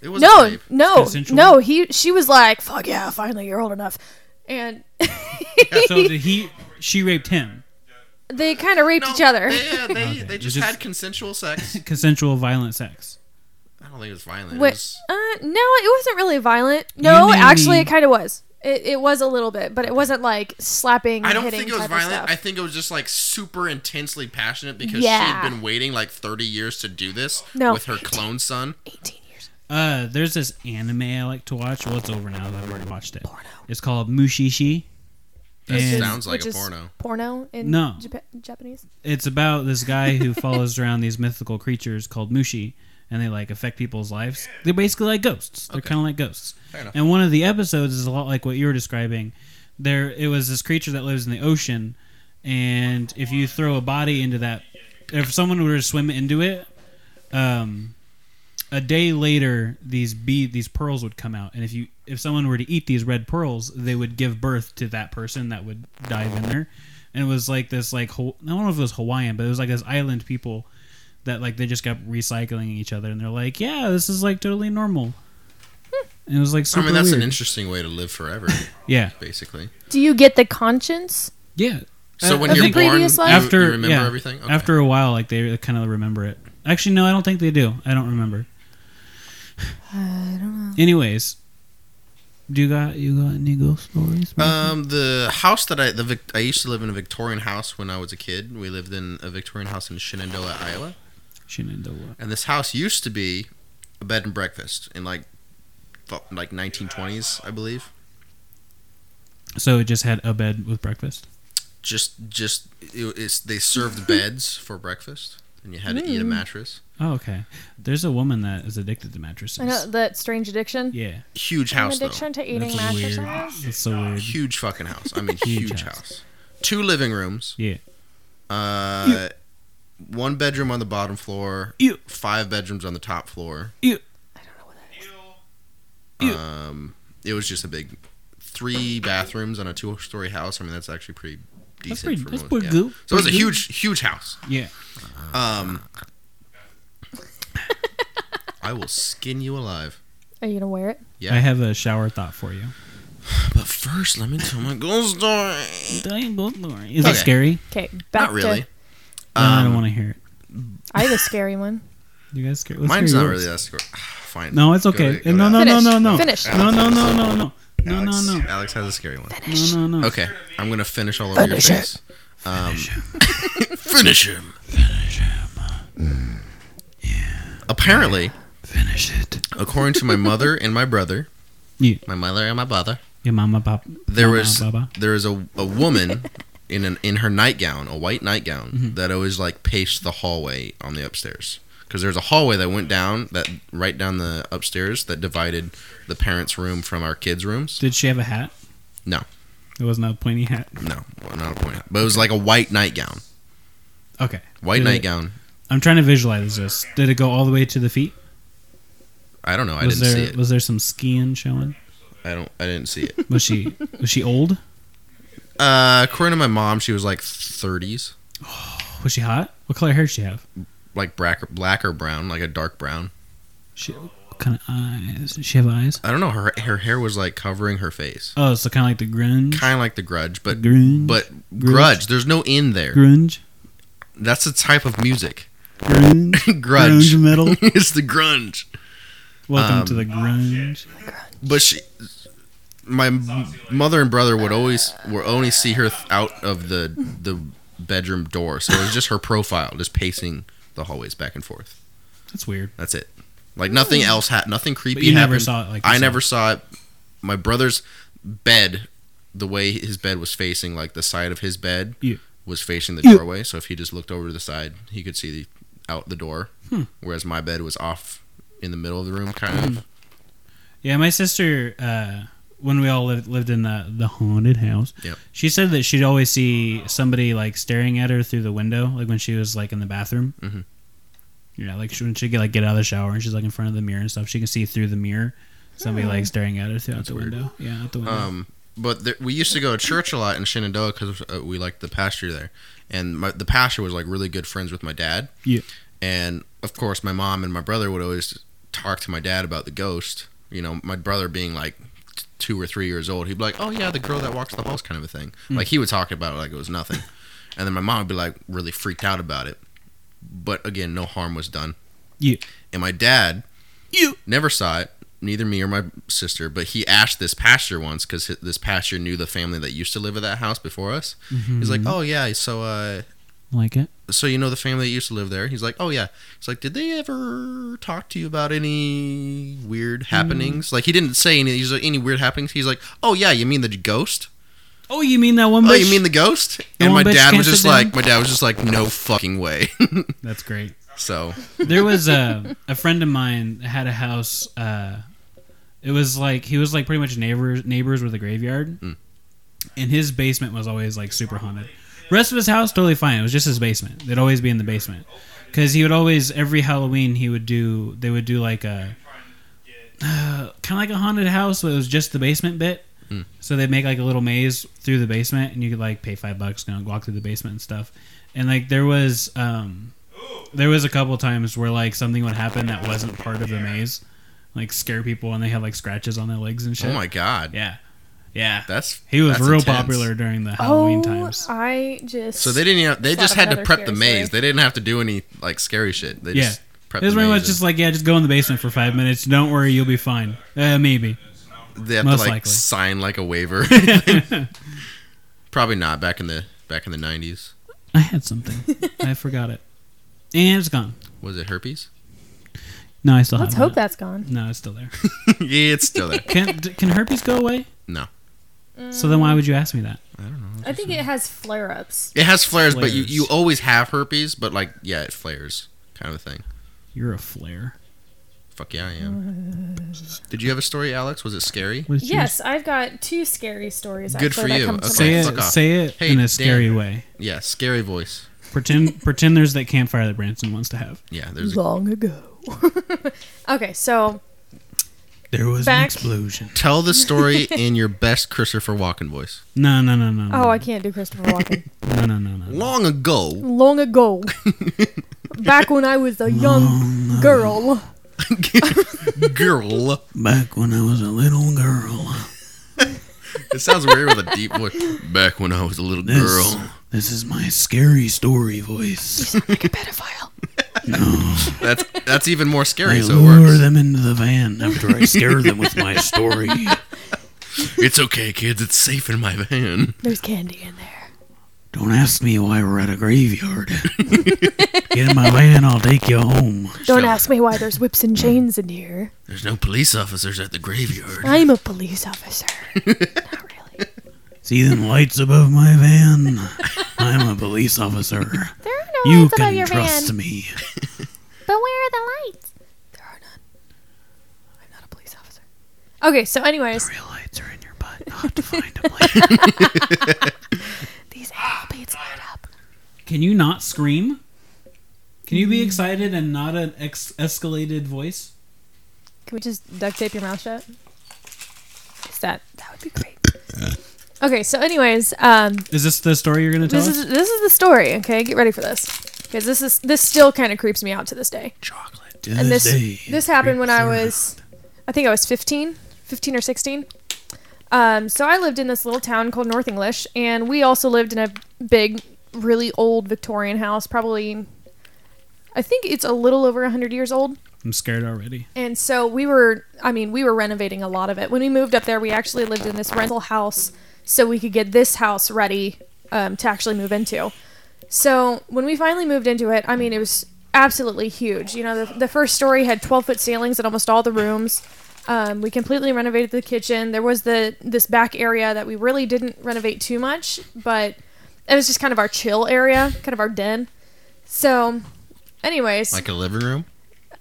It was No, rape. no, Consensual? no. He she was like, "Fuck yeah, finally you're old enough," and so did he she raped him they kind of raped No, each other. Yeah, they, they just, just- had consensual sex. consensual violent sex I don't think it was violent. It Wait, was- uh, no, it wasn't really violent. No, made actually, me- it kind of was. It, it was a little bit, but it wasn't like slapping. I don't hitting think it was type of violent. I stuff. think it was just like super intensely passionate because she Yeah. had been waiting like 30 years to do this No. with her clone son. Eighteen years. uh there's this anime i like to watch well it's over now i've already watched it it's called mushishi That And- sounds like which a is porno. Porno in No. Jap- Japanese. it's about this guy who follows around these mythical creatures called mushi and they like affect people's lives they're basically like ghosts they're kind of like ghosts enough. and one of the episodes is a lot like what you were describing there it was this creature that lives in the ocean and if you throw a body into that if someone were to swim into it um a day later these bee these pearls would come out and if you if someone were to eat these red pearls they would give birth to that person that would dive in there and it was like this like Ho- i don't know if it was hawaiian but it was like this island people that like they just kept recycling each other and they're like yeah this is like totally normal and it was like Hmm. I super mean, that's weird. an interesting way to live forever, yeah basically. Do you get the conscience? yeah So Uh, when I you're think born, you, previous life? after, after you remember yeah, everything? Okay. after a while like they kind of remember it actually no i don't think they do i don't remember i don't know anyways do you got you got any ghost stories man? Um, the house that I the Vic- I used to live in a Victorian house when I was a kid. We lived in a Victorian house in Shenandoah, Iowa, Shenandoah. and this house used to be a bed and breakfast in like th- like 1920s, I believe. so it just had a bed with breakfast Just just it, it's, they served beds for breakfast, and you had to eat a mattress. oh okay there's a woman that is addicted to mattresses I know that strange addiction. yeah Huge house though, addiction to eating that's weird mattresses. that's so weird huge fucking house. I mean, Huge huge, house. house. Two living rooms. yeah Uh, one bedroom on the bottom floor. Ew. Five bedrooms on the top floor. Ew. Um, it was just a big three bathrooms on a two story house. I mean, that's actually pretty decent. that's pretty for that's most- pretty yeah. good So it was a Pretty good. huge, huge house. yeah Um, I will skin you alive. Are you gonna wear it? Yeah. i have a shower thought for you But first, let me tell my ghost story. Dying Bolt Lorry. Is it Okay. Um, scary? Okay, back Not really. to No, I don't want to hear it. I have a scary one. You guys scared? Let's Mine's hear not yours. really that scary. Fine. No, it's Go to- okay. go to no, no, Alex. no, no, Finish. no. Finish. No, no, no, no, no. No, no, Alex. no. Alex has a scary one. No, no, no. Okay, I'm gonna finish all over your face. Um, finish him. Apparently, Finish it. according to my mother and my brother, Yeah. my mother and my brother, Your mama, pop. there mama, was Baba. there was a, a woman in an in her nightgown, a white nightgown, Mm-hmm. that always like paced the hallway on the upstairs because there's a hallway that went down that right down the upstairs that divided the parents' room from our kids' rooms. Did she have a hat? No. It wasn't a pointy hat. No, well, not a point, but it was like a white nightgown, Okay. white Did it- nightgown. I'm trying to visualize this. Did it go all the way to the feet? I don't know. I was didn't there see it. was there some skiing showing? I don't. I didn't see it. Was she was she old? Uh, according to my mom, she was like 30s, Was she hot? What color hair did she have? like black, black or brown, like a dark brown. She what kind of eyes? Did she have eyes? I don't know. Her her hair was like covering her face, Oh, so kind of like the grunge. kind of like the Grudge, but grunge. but Grudge. There's no in there. grunge. That's the type of music. Grunge. grudge. Grunge metal. it's the grunge. Welcome Um, to the grunge. But she, my m- mother and brother would always would only see her th- out of the the bedroom door, so it was just her profile, just pacing the hallways back and forth. That's weird. That's it. Like nothing else happened. Nothing creepy. But you never happened. saw it like I yourself. never saw it. My brother's bed, the way his bed was facing, like the side of his bed Yeah. was facing the Yeah. doorway. So if he just looked over to the side, he could see the, out the door. Hmm. Whereas my bed was off in the middle of the room, kind of. Yeah, my sister, uh, when we all lived, lived in the, the haunted house, Yep. she said that she'd always see somebody like staring at her through the window, like when she was like in the bathroom. Mhm. Yeah, like she, when she get like get out of the shower and she's like in front of the mirror and stuff, she can see through the mirror somebody like staring at her throughout the window. Yeah, out the window. Um, but there, we used to go to church a lot in Shenandoah because uh, we liked the pastor there, and my, the pastor was like really good friends with my dad. Yeah. And of course, my mom and my brother would always talk to my dad about the ghost. You know, my brother being like t- two or three years old, he'd be like, "Oh yeah, the girl that walks the halls," kind of a thing. Mm. Like he would talk about it like it was nothing, and then my mom would be like really freaked out about it. But again, no harm was done. Yeah. And my dad, you never saw it. Neither me or my sister, but he asked this pastor once because this pastor knew the family that used to live at that house before us. He's like, "Oh yeah, so uh, Mm-hmm. like it. so you know the family that used to live there he's like oh yeah he's like did they ever talk to you about any weird Mm. happenings like he didn't say any he's like, any weird happenings he's like oh yeah you mean the ghost Oh, you mean that one? oh bitch? you mean the ghost The and my one bitch dad can't was just sit down? like my dad was just like no fucking way That's great. so oh there was a a friend of mine had a house. Uh, it was like he was like pretty much neighbors neighbors with a graveyard, and his basement was always like super haunted. Rest of his house totally fine. It was just his basement. They'd always be in the basement because he would always every Halloween he would do they would do like a uh, kind of like a haunted house, but it was just the basement bit. Hmm. So they'd make like a little maze through the basement, and you could like pay five bucks, you know, walk through the basement and stuff. And like there was um, there was a couple times where like something would happen that wasn't part of the maze, like scare people, and they had like scratches on their legs and shit. oh my god Yeah, yeah. that's he was that's real intense. popular during the Halloween oh, times. I just so they didn't even, they Thought just of had to another prep the scary maze story. they didn't have to do any like scary shit they Yeah. just prepped It was the very much maze just like yeah, just go in the basement for five minutes. Don't worry, you'll be fine. Uh, maybe. and they have to most like likely. sign like a waiver probably not back in the back in the 90s I had something, I forgot it, and it's gone. was it herpes No, I still Let's have hope that's gone. it. No, it's still there. yeah it's still there Can d- can herpes go away? No. So then why would you ask me that? I think it has flare ups. It has flares, but you, Flares. you always have herpes, but like yeah, it flares kind of a thing. You're a flare. Fuck yeah, I am. Did you have a story, Alex? Was it scary? What is Yes, I've got two scary stories. Good actually for that you. come to Okay. Say mind. it. Fuck off. Say it Hey, in Dan. a scary way. Yeah, scary voice. Pretend pretend there's that campfire that Branson wants to have. Yeah, there's a, long ago. okay, so There was Back- explosion. tell the story in your best Christopher Walken voice. No, no, no, no. oh, I can't do Christopher Walken. no, no, no, no. Long ago, long ago, back when I was a young girl, girl, Back when I was a little girl, It sounds weird with a deep voice. Back when I was a little This, girl. this is my scary story voice. like a pedophile. That's that's even more scary. I so it works. lure them into the van after I scare them with my story. It's okay, kids. It's safe in my van. There's candy in there. Don't ask me why we're at a graveyard. Get in my van, I'll take you home. Don't So- ask me why there's whips and chains in here. There's no police officers at the graveyard. I'm a police officer. Not really. See them lights above my van? I'm a police officer. There are no You lights above can your trust van. me. But where are the lights? There are none. I'm not a police officer. Okay, so anyways, Real lights are in your butt. I'll have to find them later. these animal beads light up. Can you not scream? Can you be excited and not an ex- escalated voice? Can we just duct tape your mouth shut? 'Cause that that would be great. Okay, so anyways, um, Is this the story you're going to tell this us? is this is the story. Okay, get ready for this because this is this still kind of creeps me out to this day. Chocolate. To And this day, this happened when I creeps was, I think I was 15, 15 or 16. Um, so I lived in this little town called North English, and we also lived in a big, really old Victorian house, probably. I think it's a little over 100 years old. around. I'm scared already. And so we were, I mean, we were renovating a lot of it. When we moved up there, we actually lived in this rental house so we could get this house ready um, to actually move into. So when we finally moved into it, I mean, it was absolutely huge. You know, the, the first story had 12 foot ceilings in almost all the rooms. Um, we completely renovated the kitchen. There was the this back area that we really didn't renovate too much, but it was just kind of our chill area, kind of our den. So, anyways, Like a living room?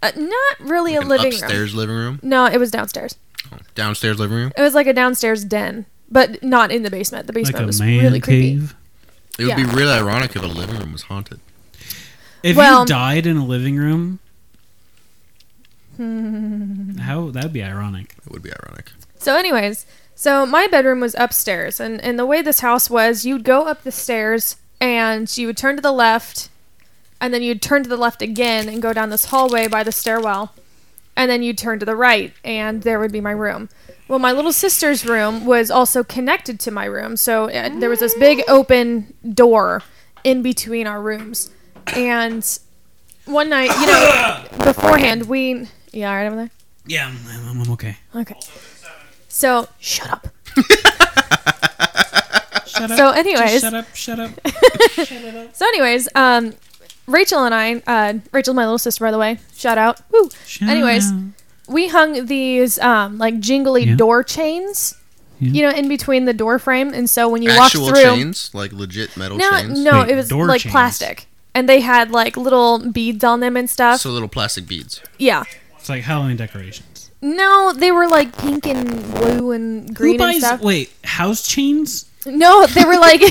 uh, not really a An living room. Mm. upstairs living room? Oh, No, it was downstairs. Downstairs living room? It was like a downstairs den, but not in the basement. The basement Like a was man really creepy. cave. It would be Yeah. really ironic if a living room was haunted. If Well- you died in a living room, how that'd be ironic. It would be ironic. So, anyways, so my bedroom was upstairs, and and the way this house was, you'd go up the stairs and you would turn to the left, and then you'd turn to the left again and go down this hallway by the stairwell, and then you'd turn to the right, and there would be my room. Well, my little sister's room was also connected to my room, so uh, there was this big open door in between our rooms, and one night, you know, beforehand, we yeah, all right over there. Yeah, I'm, I'm- I'm okay. Okay. So shut up. Shut up. So, anyways, shut up. Shut up. so anyways, um, Rachel and I, uh, Rachel's my little sister, by the way. Shout out. Woo. Shut anyways, up. we hung these um, like jingly Yeah. door chains, Yeah. you know, in between the door frame, and so when you Actual walked through, chains? Like legit metal no, chains? no, Wait, it was door like chains. plastic, and they had like little beads on them and stuff. So little plastic beads. yeah. it's like Halloween decorations. No, they were like pink and blue and Who green and buys? stuff. Wait, house chains? No, they were like.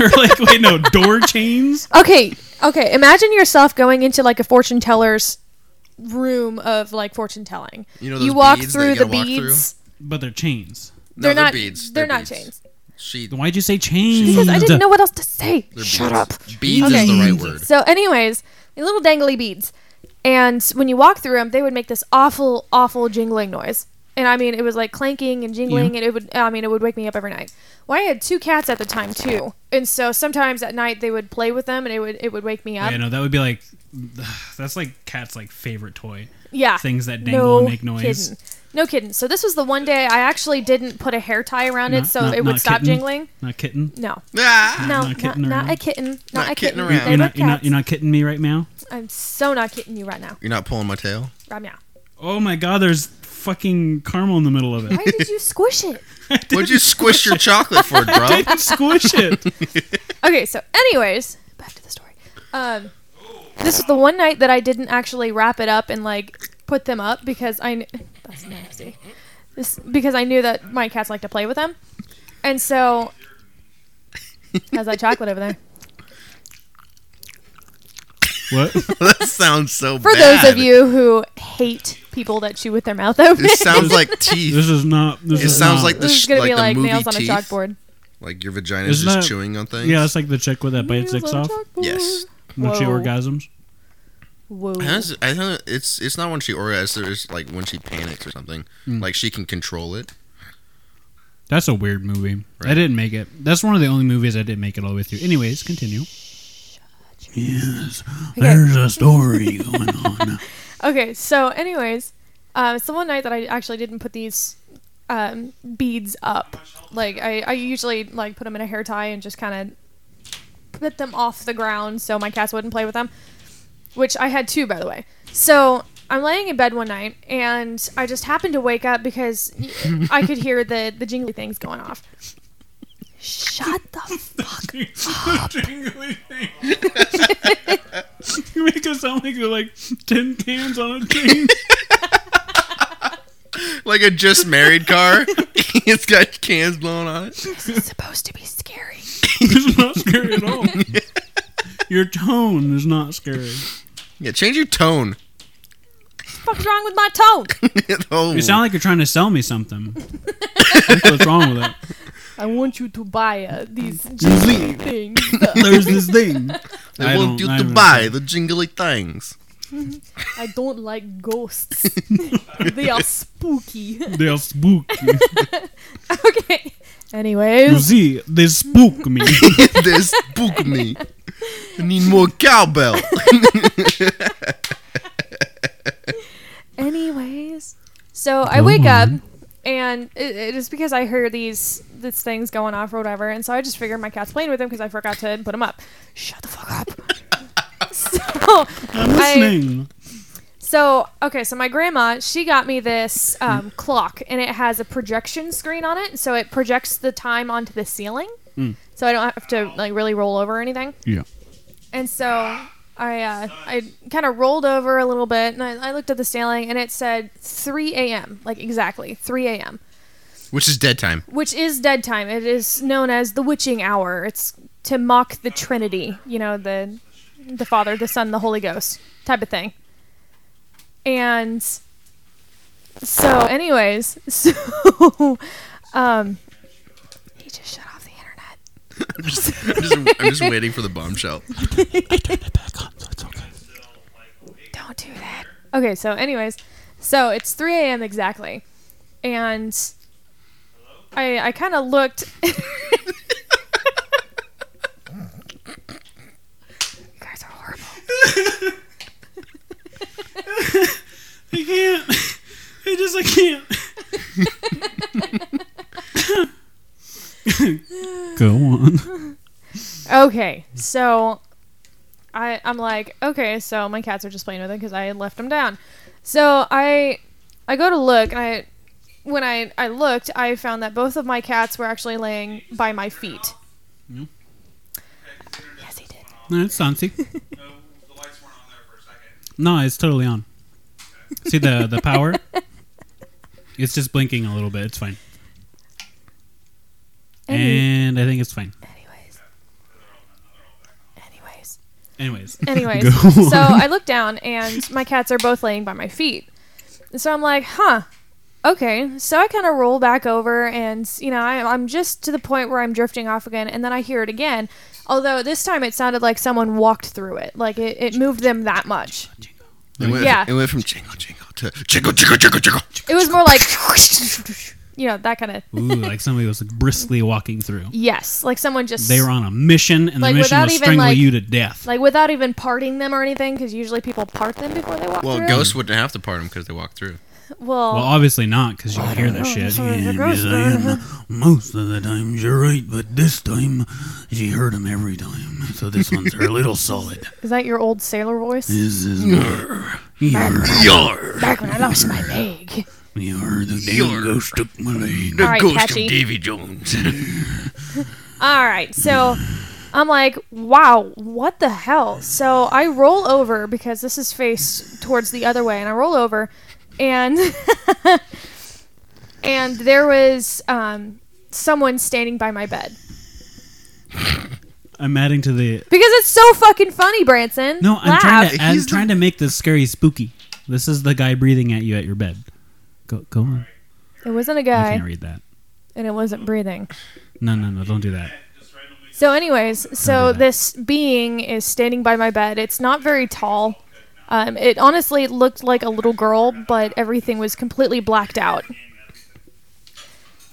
or like wait, no, door chains? Okay, okay. Imagine yourself going into like a fortune teller's room of like fortune telling. You know those you walk beads that through you the gotta walk through? beads. But they're chains. No, They're they're not beads. They're, They're not beads. chains. She. Then Why'd you say chains? Because I didn't know what else to say. Shut up. Beads Okay. is the right word. So, anyways, the little dangly beads, and when you walk through them, they would make this awful, awful jingling noise. And I mean, it was like clanking and jingling, and it would, I mean, it would wake me up every night. Well, I had two cats at the time too, and so sometimes at night they would play with them, and it would, it would wake me up. Yeah, no, that would be like that's like cat's like favorite toy. yeah things that dangle and make noise. kidding. no kidding so this was the one day i actually didn't put a hair tie around it Not- so not- it not would stop kitten? jingling Not kitten. no Ah! no not not, kitten not around. a kitten not, Not a kitten kitten, around. They You're were not, you're not cats. you're not kidding me right now. i'm so not kidding you right now You're not pulling my tail? right now Oh my god, there's fucking caramel in the middle of it. why did you squish it What'd you squish your chocolate for, bro? Didn't squish it. okay so anyways back to the story um this was the one night that i didn't actually wrap it up and like put them up because i kn- that's nasty this because i knew that my cats like to play with them and so how's that chocolate over there What? that sounds so For bad. those of you who hate people that chew with their mouth open, It sounds like teeth. This is not. This It is sounds not- like the, this is sh- gonna like be the like movie nails on a teeth. chalkboard. Like your vagina is Isn't just that- chewing on things. Yeah, it's like the chick with that bites dicks Nails on a off chalkboard. Yes. when she Whoa. orgasms. Whoa. I don't- I don't. It's it's Hmm. not when she orgasms. It's like when she panics or something. Like she can control it. That's a weird movie. I didn't make it. That's one of the only movies I didn't make it all the way through. Anyways, continue. Yes, there's a story going on. Okay, so anyways, uh, it's the one night that I actually didn't put these um, beads up. Like I, I usually like put them in a hair tie and just kind of put them off the ground so my cats wouldn't play with them. Which I had two, by the way. So I'm laying in bed one night and I just happened to wake up because I could hear the the jingly things going off. Shut the fuck. Jingly thing. you make it sound like you're like tin cans on a tin. Like a just married car. it's got cans blown on it. This is supposed to be scary. it's not scary at all. Your tone is not scary. Yeah, change your tone. What's wrong with my tone? oh, You sound like you're trying to sell me something. That's what's wrong with it. I want you to buy uh, these jingly things. There's this thing. I want you to buy the jingly things. I don't like ghosts. they are spooky. They are spook. okay. You Anyways, see, they spook me. they spook me. I need more cowbell. anyways. So I wake up and it, it is because I hear these these things going off or whatever, and so I just figured my cat's playing with them because I forgot to put them up. Shut the fuck up. so I'm listening. So okay, so my grandma she got me this um, clock, and it has a projection screen on it, so it projects the time onto the ceiling, so I don't have to like really roll over or anything. Yeah. And so I uh, I kind of rolled over a little bit, and I, I looked at the ceiling, and it said 3 a.m. like exactly 3 a.m., Which is dead time. which is dead time. It is known as the witching hour. It's to mock the Trinity, you know the the Father, the Son, the Holy Ghost type of thing. And so, anyways, so um, he just shut off the internet. I'm just, I'm just, I'm just waiting for the bombshell. Don't do that. Okay, so anyways, so it's 3 a.m. exactly, and I I kind of looked. you guys are horrible. I can't. I just I can't. Go on. Okay, so I I'm like, okay, so my cats are just playing with it because I had left them down. So I I go to look and I when I I looked, I found that both of my cats were actually laying by my feet. Yes, he did. No, it's on. See, no, it's totally on. See the the power. It's just blinking a little bit. It's fine. And I think it's fine. Anyways. Anyways. Anyways, Anyways, Go on. so I look down and my cats are both laying by my feet. And so I'm like, huh, okay. So I kind of roll back over and, you know, I, I'm just to the point where I'm drifting off again. And then I hear it again. Although this time it sounded like someone walked through it. Like it, it moved them that much. It went, Yeah. it went from jingle jingle to jingle jingle jingle jingle. It was more like, you know, that kind of. Ooh, like somebody was like briskly walking through. Yes. Like someone just. They were on a mission, and Like, the mission without was even, strangle like- you to death. Like without even parting them or anything, because usually people part them before they walk Well, through. ghosts wouldn't have to part them because they walk through. Well, well, obviously not, because you hear that Oh, shit. Most of the times you're right, but this time she heard him every time. So this one's her little solid. is that your old sailor voice? This is her. Yar. Yar. Back when I lost my leg. Yar. The Yar. damn ghost took my leg. The right, ghost catchy. of Davy Jones. All right, so I'm like, wow, what the hell? So I roll over because this is faced towards the other way, and I roll over, and and there was um, someone standing by my bed I'm adding to the. because it's so fucking funny, Branson. No, I'm Laugh. trying to. I'm He's the- trying to make this scary, spooky. This is the guy breathing at you at your bed. Go, go on. It wasn't a I can't guy, read that. and it wasn't breathing. No, no, no! Don't do that. So, anyways, do so that. this being is standing by my bed. It's not very tall. Um, it honestly looked like a little girl, but everything was completely blacked out.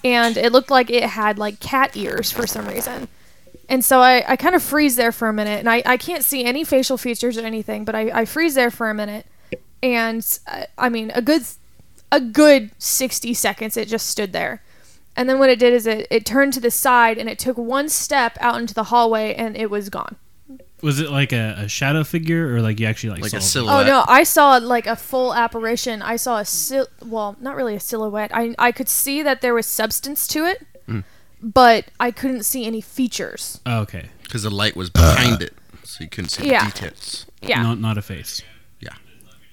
and it looked like it had like cat ears for some reason. And so I, I kind of freeze there for a minute, and I, I can't see any facial features or anything, but I, I freeze there for a minute, and I, I mean a good a good sixty seconds it just stood there, and then what it did is it, it turned to the side and it took one step out into the hallway and it was gone. Was it like a, a shadow figure, or like you actually like, like a saw it? Oh silhouette. no, I saw like a full apparition. I saw a sil- well, not really a silhouette. I I could see that there was substance to it, but I couldn't see any features. Oh, okay, Because the light was behind it, so you couldn't see Yeah. the details. Yeah. not not a face.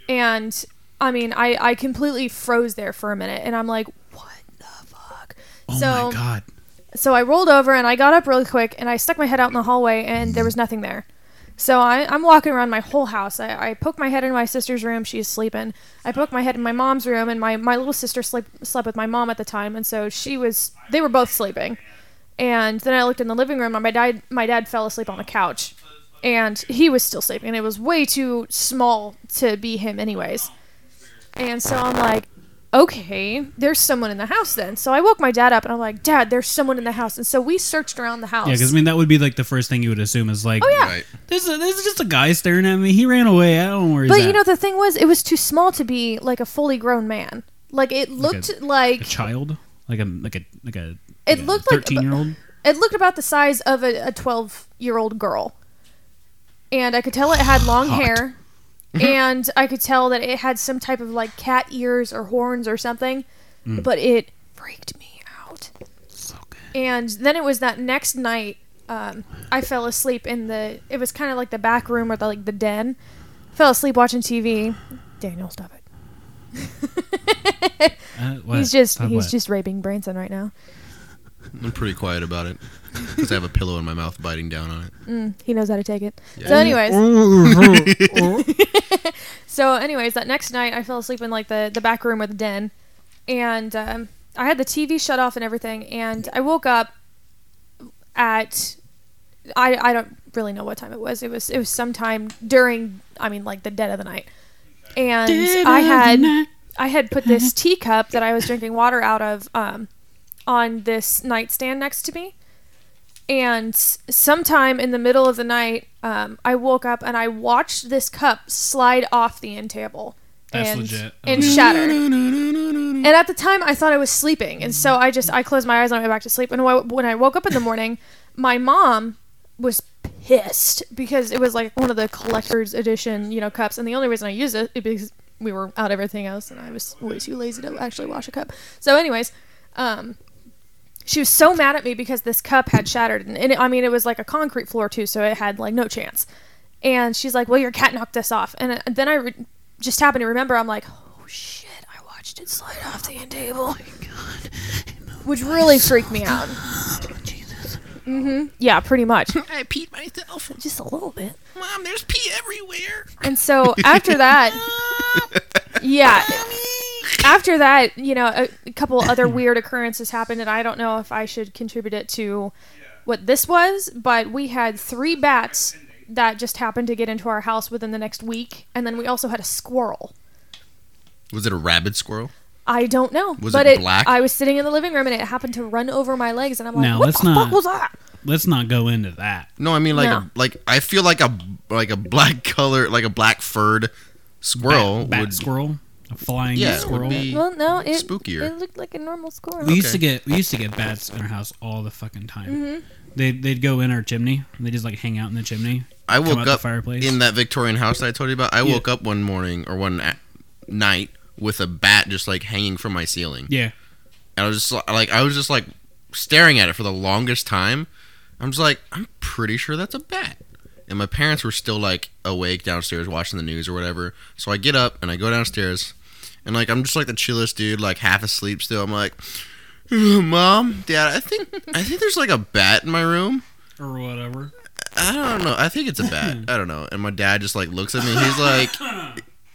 And I mean, I I completely froze there for a minute and I'm like, "What the fuck?" Oh so my god! so I rolled over and I got up really quick and I stuck my head out in the hallway and there was nothing there. So I, I'm walking around my whole house. I, I poke my head in my sister's room. She's sleeping. I poke my head in my mom's room, and my, my little sister sleep, slept with my mom at the time, and so she was. They were both sleeping. And then I looked in the living room, and my dad my dad fell asleep on the couch, and he was still sleeping. And it was way too small to be him, anyways. And so I'm like, okay, there's someone in the house then. So I woke my dad up, and I'm like, Dad, there's someone in the house. And so we searched around the house. Yeah, because I mean that would be like the first thing you would assume is like, oh yeah. Right. there's a, there's just a guy staring at me. He ran away. I don't worry. But you know, the thing was, it was too small to be like a fully grown man. Like it looked a- like, a child, like a like a like a It looked like- thirteen year old. it looked about the size of a a twelve year old girl, and I could tell it had long hair, and I could tell that it had some type of like cat ears or horns or something, but it freaked me out. And then it was that next night. Um, I fell asleep in the. It was kind of like the back room or the like the den. Fell asleep watching TV. Daniel, stop it. Uh, what? He's just Talk he's what? just raping Branson right now. I'm pretty quiet about it because I have a pillow in my mouth biting down on it. He knows how to take it. So anyways, so anyways, that next night I fell asleep in like the the back room with the den, and um, I had the TV shut off and everything, and I woke up at I I don't really know what time it was. It was it was sometime during I mean like the dead of the night, and I had I had put this teacup that I was drinking water out of um, on this nightstand next to me. And sometime in the middle of the night, um, I woke up and I watched this cup slide off the end table That's and, legit. and shatter. And at the time, I thought I was sleeping, and so I just I closed my eyes and I went back to sleep. And wh- when I woke up in the morning, my mom was pissed because it was like one of the collector's edition, you know, cups. And the only reason I used it is because we were out everything else, and I was way too lazy to actually wash a cup. So, anyways, um, she was so mad at me because this cup had shattered, and, and it, I mean, it was like a concrete floor too, so it had like no chance. And she's like, "Well, your cat knocked this off," and uh, then I re- just happened to remember. I'm like, "Oh shit, I watched it slide off the end table." Which really freaked me out. Mm-hmm. Yeah, pretty much. I peed myself. Just a little bit. Mom, there's pee everywhere. And so after that, yeah, after that, you know, a, a couple other weird occurrences happened, and I don't know if I should contribute it to what this was, but we had three bats that just happened to get into our house within the next week, and then we also had a squirrel. Was it a rabid squirrel? I don't know, Was but it black? I was sitting in the living room, and it happened to run over my legs, and I'm like, Now, "What let's the fuck not- was that?" Let's not go into that. No, I mean like No. a, like I feel like a like a black color like a black furred squirrel Bat, bat would squirrel, a flying yeah it would squirrel. be Well, no, it spookier. It looked like a normal squirrel. We used to Okay. get we used to get bats in our house all the fucking time. Mm-hmm. They they'd go in our chimney. and They just like hang out in the chimney. I come out woke the up fireplace. in that Victorian house that I told you about. I woke up one morning or one a- night with a bat just like hanging from my ceiling. Yeah, And I was just li- like I was just like staring at it for the longest time. I'm just like I'm pretty sure that's a bat. And my parents were still like awake downstairs watching the news or whatever. So I get up and I go downstairs and like I'm just like the chillest dude like half asleep still. I'm like Mom, Dad, I think I think there's like a bat in my room. or whatever. I don't know. I think it's a bat. I don't know. And my dad just like looks at me. He's like,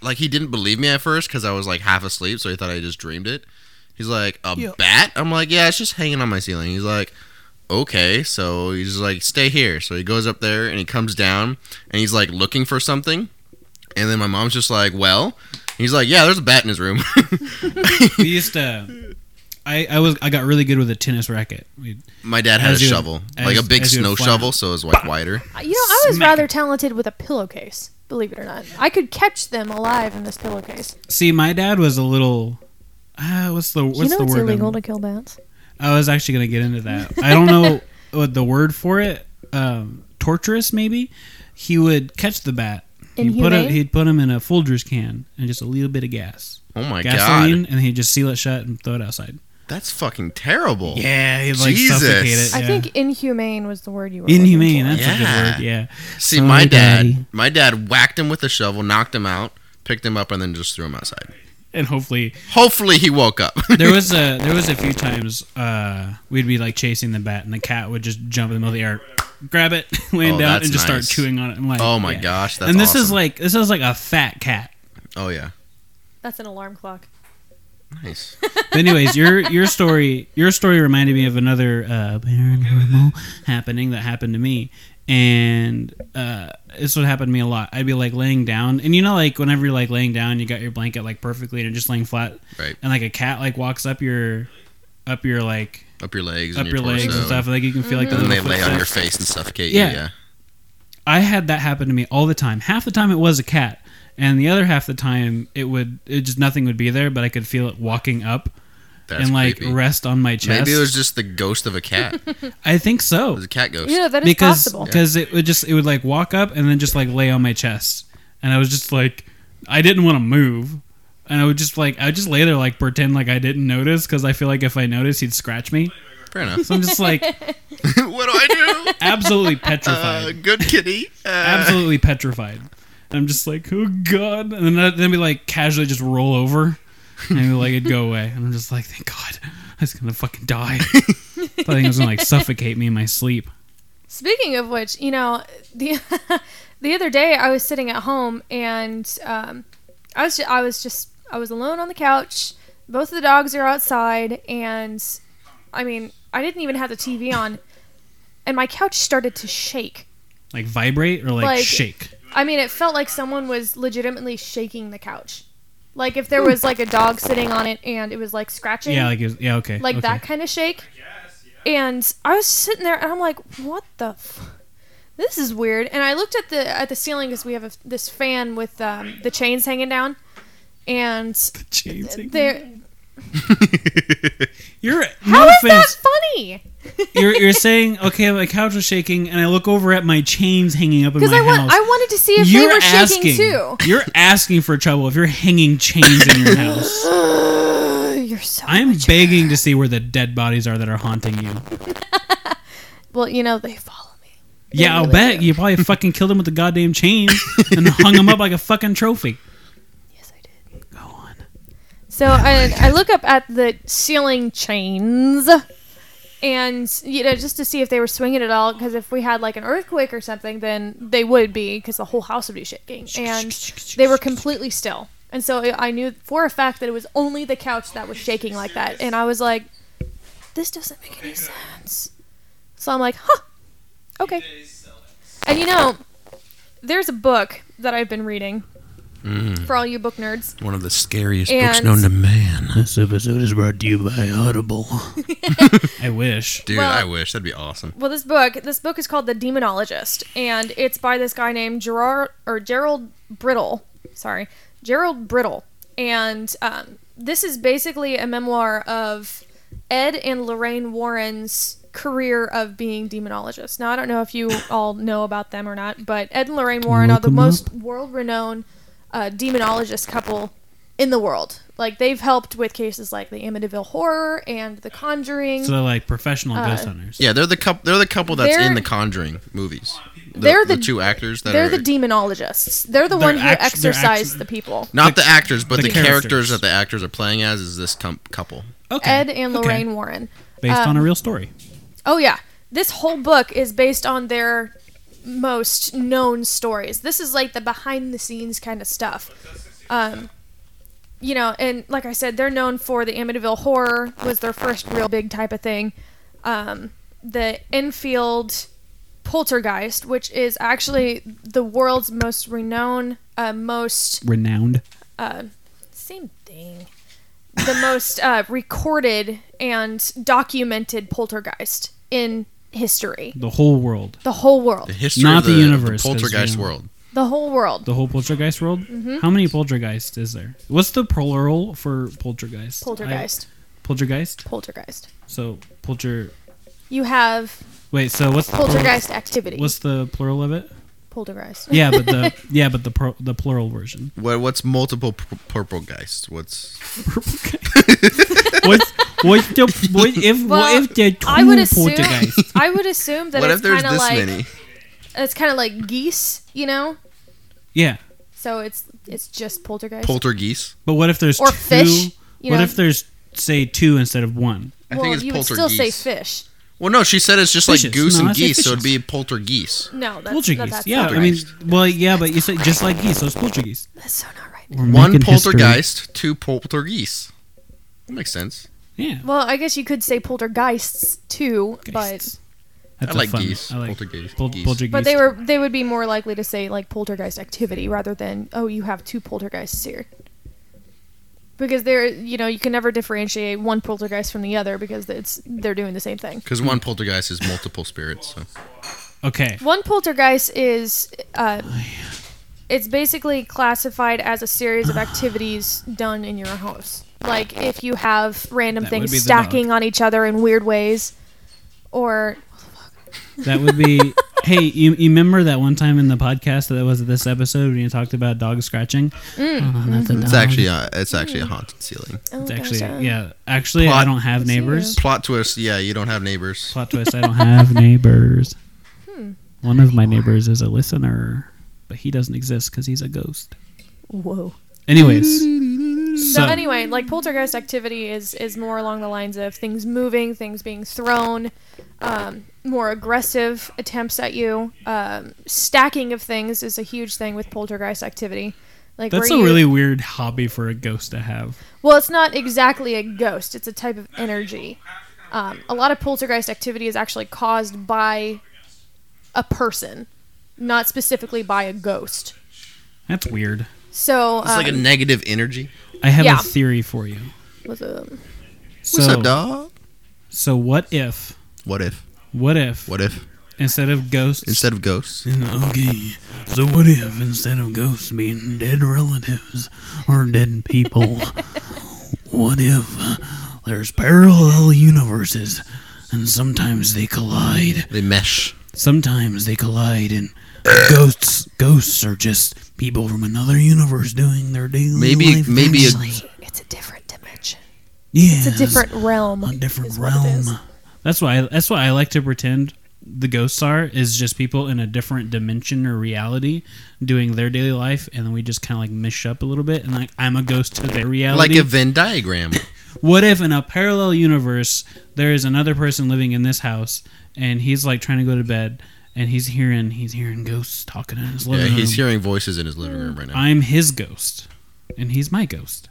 like he didn't believe me at first because I was like half asleep, so he thought I just dreamed it. He's like, a bat? I'm like, yeah, it's just hanging on my ceiling. He's like, okay. So he's like, stay here. So he goes up there and he comes down and he's like looking for something. And then my mom's just like, well. He's like, yeah, there's a bat in his room. we used to. I, I was I got really good with a tennis racket. We- My dad had a As you- shovel, as- like a big as you snow fly. shovel, so it was like wider. You know, I was Smack rather it. talented with a pillowcase. Believe it or not, I could catch them alive in this pillowcase. See, my dad was a little. Uh, what's the what's you know the it's word? illegal I'm- to kill bats. I was actually going to get into that. I don't know what the word for it. Um, torturous, maybe. He would catch the bat. He'd put, a, Inhumane? he'd put him in a Folgers can and just a little bit of gas, Oh my gasoline, god, and he'd just seal it shut and throw it outside. that's fucking terrible. Yeah, he'd like Jesus. suffocate it. I yeah. think inhumane was the word you were. looking inhumane. for. That's a Yeah. good word. Yeah. See, Sorry, my dad, Daddy. my dad whacked him with a shovel, knocked him out, picked him up, and then just threw him outside. And hopefully Hopefully, he woke up. there was a there was a few times uh, we'd be like chasing the bat and the cat would just jump in the middle of the air, grab it, land Oh, down, that's and just nice. start chewing on it. And like, Oh my yeah. gosh, that's and this is awesome. like this is like a fat cat. oh yeah, That's an alarm clock. nice. But anyways, your your story your story reminded me of another uh, paranormal happening that happened to me, and uh, this would happen to me a lot. I'd be like laying down, and you know, like whenever you're like laying down, you got your blanket like perfectly, and you're just laying flat, Right. And like a cat like walks up your up your like Up your legs, up and your, your, legs torso. and stuff, like you can feel like the And then little they lay on your footsteps. face and suffocate Yeah. you. Yeah. I had that happen to me all the time. Half the time it was a cat, and the other half the time it would it just nothing would be there, but I could feel it walking up That's and like creepy. rest on my chest. Maybe it was just the ghost of a cat. It I think so was a cat ghost. You know that is because possible. because it would just it would like walk up and then just like lay on my chest, and I was just like I didn't want to move. And I would just like I would just lay there like pretend like I didn't notice because I feel like if I noticed he'd scratch me. Fair enough. So I'm just like what do I absolutely do? Uh, petrified. good kitty. Uh, absolutely petrified. And I'm just like, oh god, and then I'd- then we like casually just roll over, and we like it'd go away, and I'm just like, thank God, I was gonna fucking die. I think it was gonna like suffocate me in my sleep. Speaking of which, you know, the the other day I was sitting at home and um, I was ju- I was just I was alone on the couch. Both of the dogs are outside, and I mean I didn't even have the TV on, and my couch started to shake. Like vibrate or like, Like- shake. I mean, it felt like someone was legitimately shaking the couch, like if there was like a dog sitting on it and it was like scratching, Yeah, like, like it was, yeah, okay, okay. that kind of shake. And I was sitting there and I'm like, what the. F- this is weird. And I looked at the at the ceiling because we have a, this fan with um, the chains hanging down, and Jeez. there. You're How no is offense. that funny? you're you're saying okay, my couch was shaking, and I look over at my chains hanging up in my Because I want house. I wanted to see if you're they were asking. shaking too. You're asking for trouble if you're hanging chains in your house. You're so. I'm begging to see where the dead bodies are that are haunting you. well, you know they follow me. Yeah, I'll really bet you probably fucking killed him with the goddamn chain and hung him up like a fucking trophy. Yes, I did. Go on. So I, I look up at the ceiling chains, and you know just to see if they were swinging at all. Because if we had like an earthquake or something, then they would be because the whole house would be shaking. And they were completely still, and so I I knew for a fact that it was only the couch that was shaking like that. And I was like, this doesn't make any sense. So I'm like, huh, okay. And you know, there's a book that I've been reading for all you book nerds. One of the scariest books And- known to man. This episode is brought to you by Audible. I wish. Dude, Well- I wish that'd be awesome. well this book this book is called the demonologist and it's by this guy named gerard or gerald brittle sorry gerald brittle and um, this is basically a memoir of ed and lorraine warren's career of being demonologists now i don't know if you all know about them or not but ed and lorraine warren are Look the 'em up. most world-renowned uh, demonologist couple in the world like they've helped with cases like the amityville horror and the conjuring So they're like professional Uh, ghost hunters. Yeah, they're the couple. They're the couple that's They're- in the Conjuring movies. The, They're the- two actors that They're are the demonologists. They're the They're one who act- they're exorcise act- the people. not the actors, but the the, characters. characters. that the actors are playing as is this com- couple. Okay. Ed and Okay. Lorraine um, Warren. Based on a real story. Oh yeah, this whole book is based on their most known stories. This is like the behind the scenes kind of stuff. Um, you know, and like I said, they're known for the Amityville Horror was their first real big type of thing. Um, the Enfield Poltergeist, which is actually the world's most renowned, uh, most Renowned. same thing. the most uh, recorded and documented poltergeist in history. The whole world, The whole The world. history Not of the, the universe, 'cause, poltergeist you know. world. The whole world. the whole poltergeist world. Mm-hmm. How many poltergeist is there? What's the plural for poltergeist? Poltergeist. I- poltergeist. Poltergeist. So polter. You have Wait. So what's the plural- poltergeist activity. What's the plural of it? poltergeist. Yeah, but the yeah, but the pro, the plural version. What, what's multiple pur- purple geists? What's What's what's the what if Well, what if the I would two assume. poltergeist? I would assume that what if it's there's kind of this like many? it's kind of like geese, you know. Yeah, So it's it's just poltergeist. Poltergeist. but what if there's Or two? fish, you what know? if there's say two instead of one? I well, think it's you would poltergeist. still say fish. Well, no, she said it's just like Fishes. goose No, I and say geese, so it'd fishes. be poltergeist. No, that's Poltergeist. That, that's yeah, I mean, well, yeah, but you say just like geese, so it's poltergeist. that's so not right. We're One making history. poltergeist, two poltergeists. That makes sense. Yeah, Well, I guess you could say poltergeists too, but Geists. That's I a like fun- geese. I like Poltergeist. pol- Geese. poltergeist. but they were they would be more likely to say like poltergeist activity rather than oh you have two poltergeists here. Because they're you know you can never differentiate one poltergeist from the other because it's they're doing the same thing. Because one poltergeist is multiple spirits. So. okay. One poltergeist is uh, it's basically classified as a series of activities done in your house. Like if you have random That would things be the stacking on each other in weird ways, or That would be. hey, you, you remember that one time in the podcast that was this episode when you talked about dog scratching? Mm. Mm-hmm. Oh, that's a dog. It's actually uh, it's actually a haunted ceiling. oh, It's actually uh, yeah. Actually, I Plot. don't have neighbors. Plot twist. Yeah, you don't have neighbors. Plot twist: I don't have neighbors. Hmm. One of my neighbors is a listener, but he doesn't exist because he's a ghost. whoa. Anyways, So so anyway, like poltergeist activity is is more along the lines of things moving, things being thrown, um, more aggressive attempts at you. Um, stacking of things is a huge thing with poltergeist activity. Like that's a where you- really weird hobby for a ghost to have. Well, it's not exactly a ghost, it's a type of energy. Um, a lot of poltergeist activity is actually caused by a person, not specifically by a ghost. That's weird. So, It's like a um, negative energy. I have Yeah. a theory for you. what's the- So, What's up, dog? So what if? What if? What if What if instead of ghosts? instead of ghosts? Okay, so what if instead of ghosts being dead relatives or dead people, what if uh, there's parallel universes and sometimes they collide? They mesh. Sometimes they collide and ghosts ghosts are just people from another universe doing their daily Maybe life maybe a, things. it's a different dimension, yeah, it's a different realm. a different is what it realm. is. That's why. That's why I like to pretend the ghosts are is just people in a different dimension or reality doing their daily life, and then we just kind of like mish up a little bit, and like I'm a ghost to their like reality. a Venn diagram. what if in a parallel universe there is another person living in this house, and he's like trying to go to bed, and he's hearing he's hearing ghosts talking in his yeah, living he's room. hearing voices in his living room right now. I'm his ghost, and he's my ghost.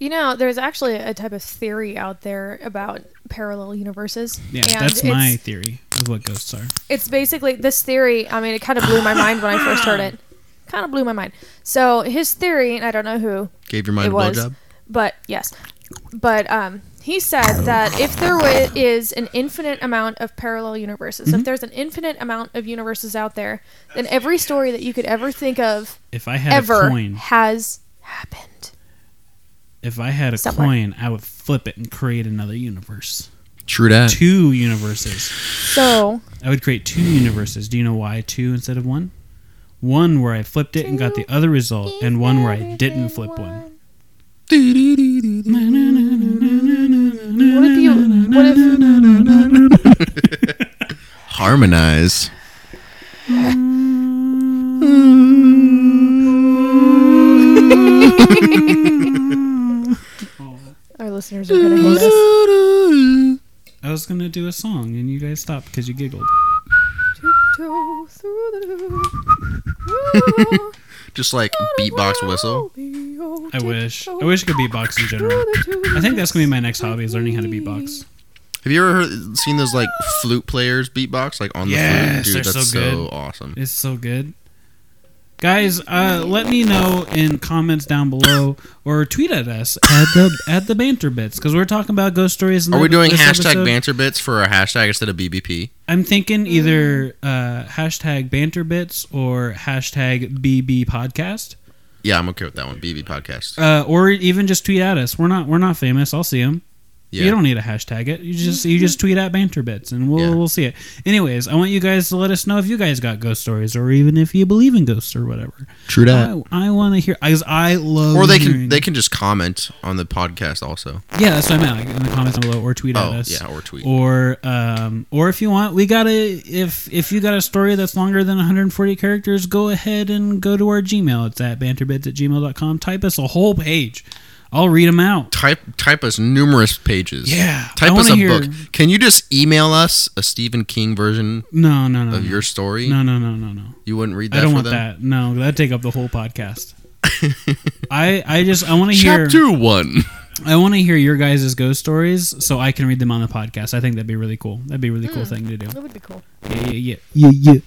You know, there's actually a type of theory out there about parallel universes. Yeah, and that's it's- my theory of what ghosts are. it's basically this theory. I mean, it kind of blew my mind when I first heard it. Kind of blew my mind. So his theory, and I don't know who, Gave your mind it a was, blowjob. but yes, but um, he said that if there wa- is an infinite amount of parallel universes, Mm-hmm. if there's an infinite amount of universes out there, then every story that you could ever think of If I had a ever coin, has happened. if I had a Somewhere. coin, I would flip it and create another universe. True that. Two universes. So I would create two universes. Do you know why two instead of one? One where I flipped it and got the other result, and one where I didn't flip one. what if you? What if? Harmonize. Our listeners are gonna hate us. I was gonna do a song, and you guys stopped because you giggled. Tiptoe through the- Just like beatbox whistle. I wish. I wish I could beatbox in general. I think that's gonna be my next hobby is learning how to beatbox. Have you ever heard, seen those like flute players beatbox like on the Yes, flute? they're Dude, that's so good. awesome. It's so good. Guys, uh, let me know in comments down below or tweet at us at the at the banter bits because we're talking about ghost stories. in Are we the- doing this hashtag episode. banter bits for a hashtag instead of BBP? I'm thinking either uh, hashtag banter bits or hashtag BB podcast, Yeah, I'm okay with that one. BB podcast. uh, or even just tweet at us. We're not we're not famous. I'll see them. Yeah. You don't need to hashtag it. You just you just tweet at banter bits and we'll Yeah. we'll see it. Anyways, I want you guys to let us know if you guys got ghost stories or even if you believe in ghosts or whatever. True I, I want to hear because I love. Or they can hearing- they can just comment on the podcast also. yeah, that's what I meant. Like in the comments down below, or tweet at Oh, us. yeah, or tweet. or um, or if you want, we got to if if you got a story that's longer than 140 characters, go ahead and go to our Gmail. It's at banterbids at gmail.com. Type us a whole page. I'll read them out. Type type us numerous pages. Yeah, Type I us a wanna hear- book. Can you just email us a Stephen King version No, no, no, of no. your story? Mm. no, no, no, no, no. You wouldn't read that I don't for want them? that. No, that'd take up the whole podcast. I I just I want to hear Chapter one. I want to hear your guys' ghost stories so I can read them on the podcast. I think that'd be really cool. That'd be a really cool Hmm. thing to do. That would be cool. Yeah, yeah, yeah, yeah, yeah.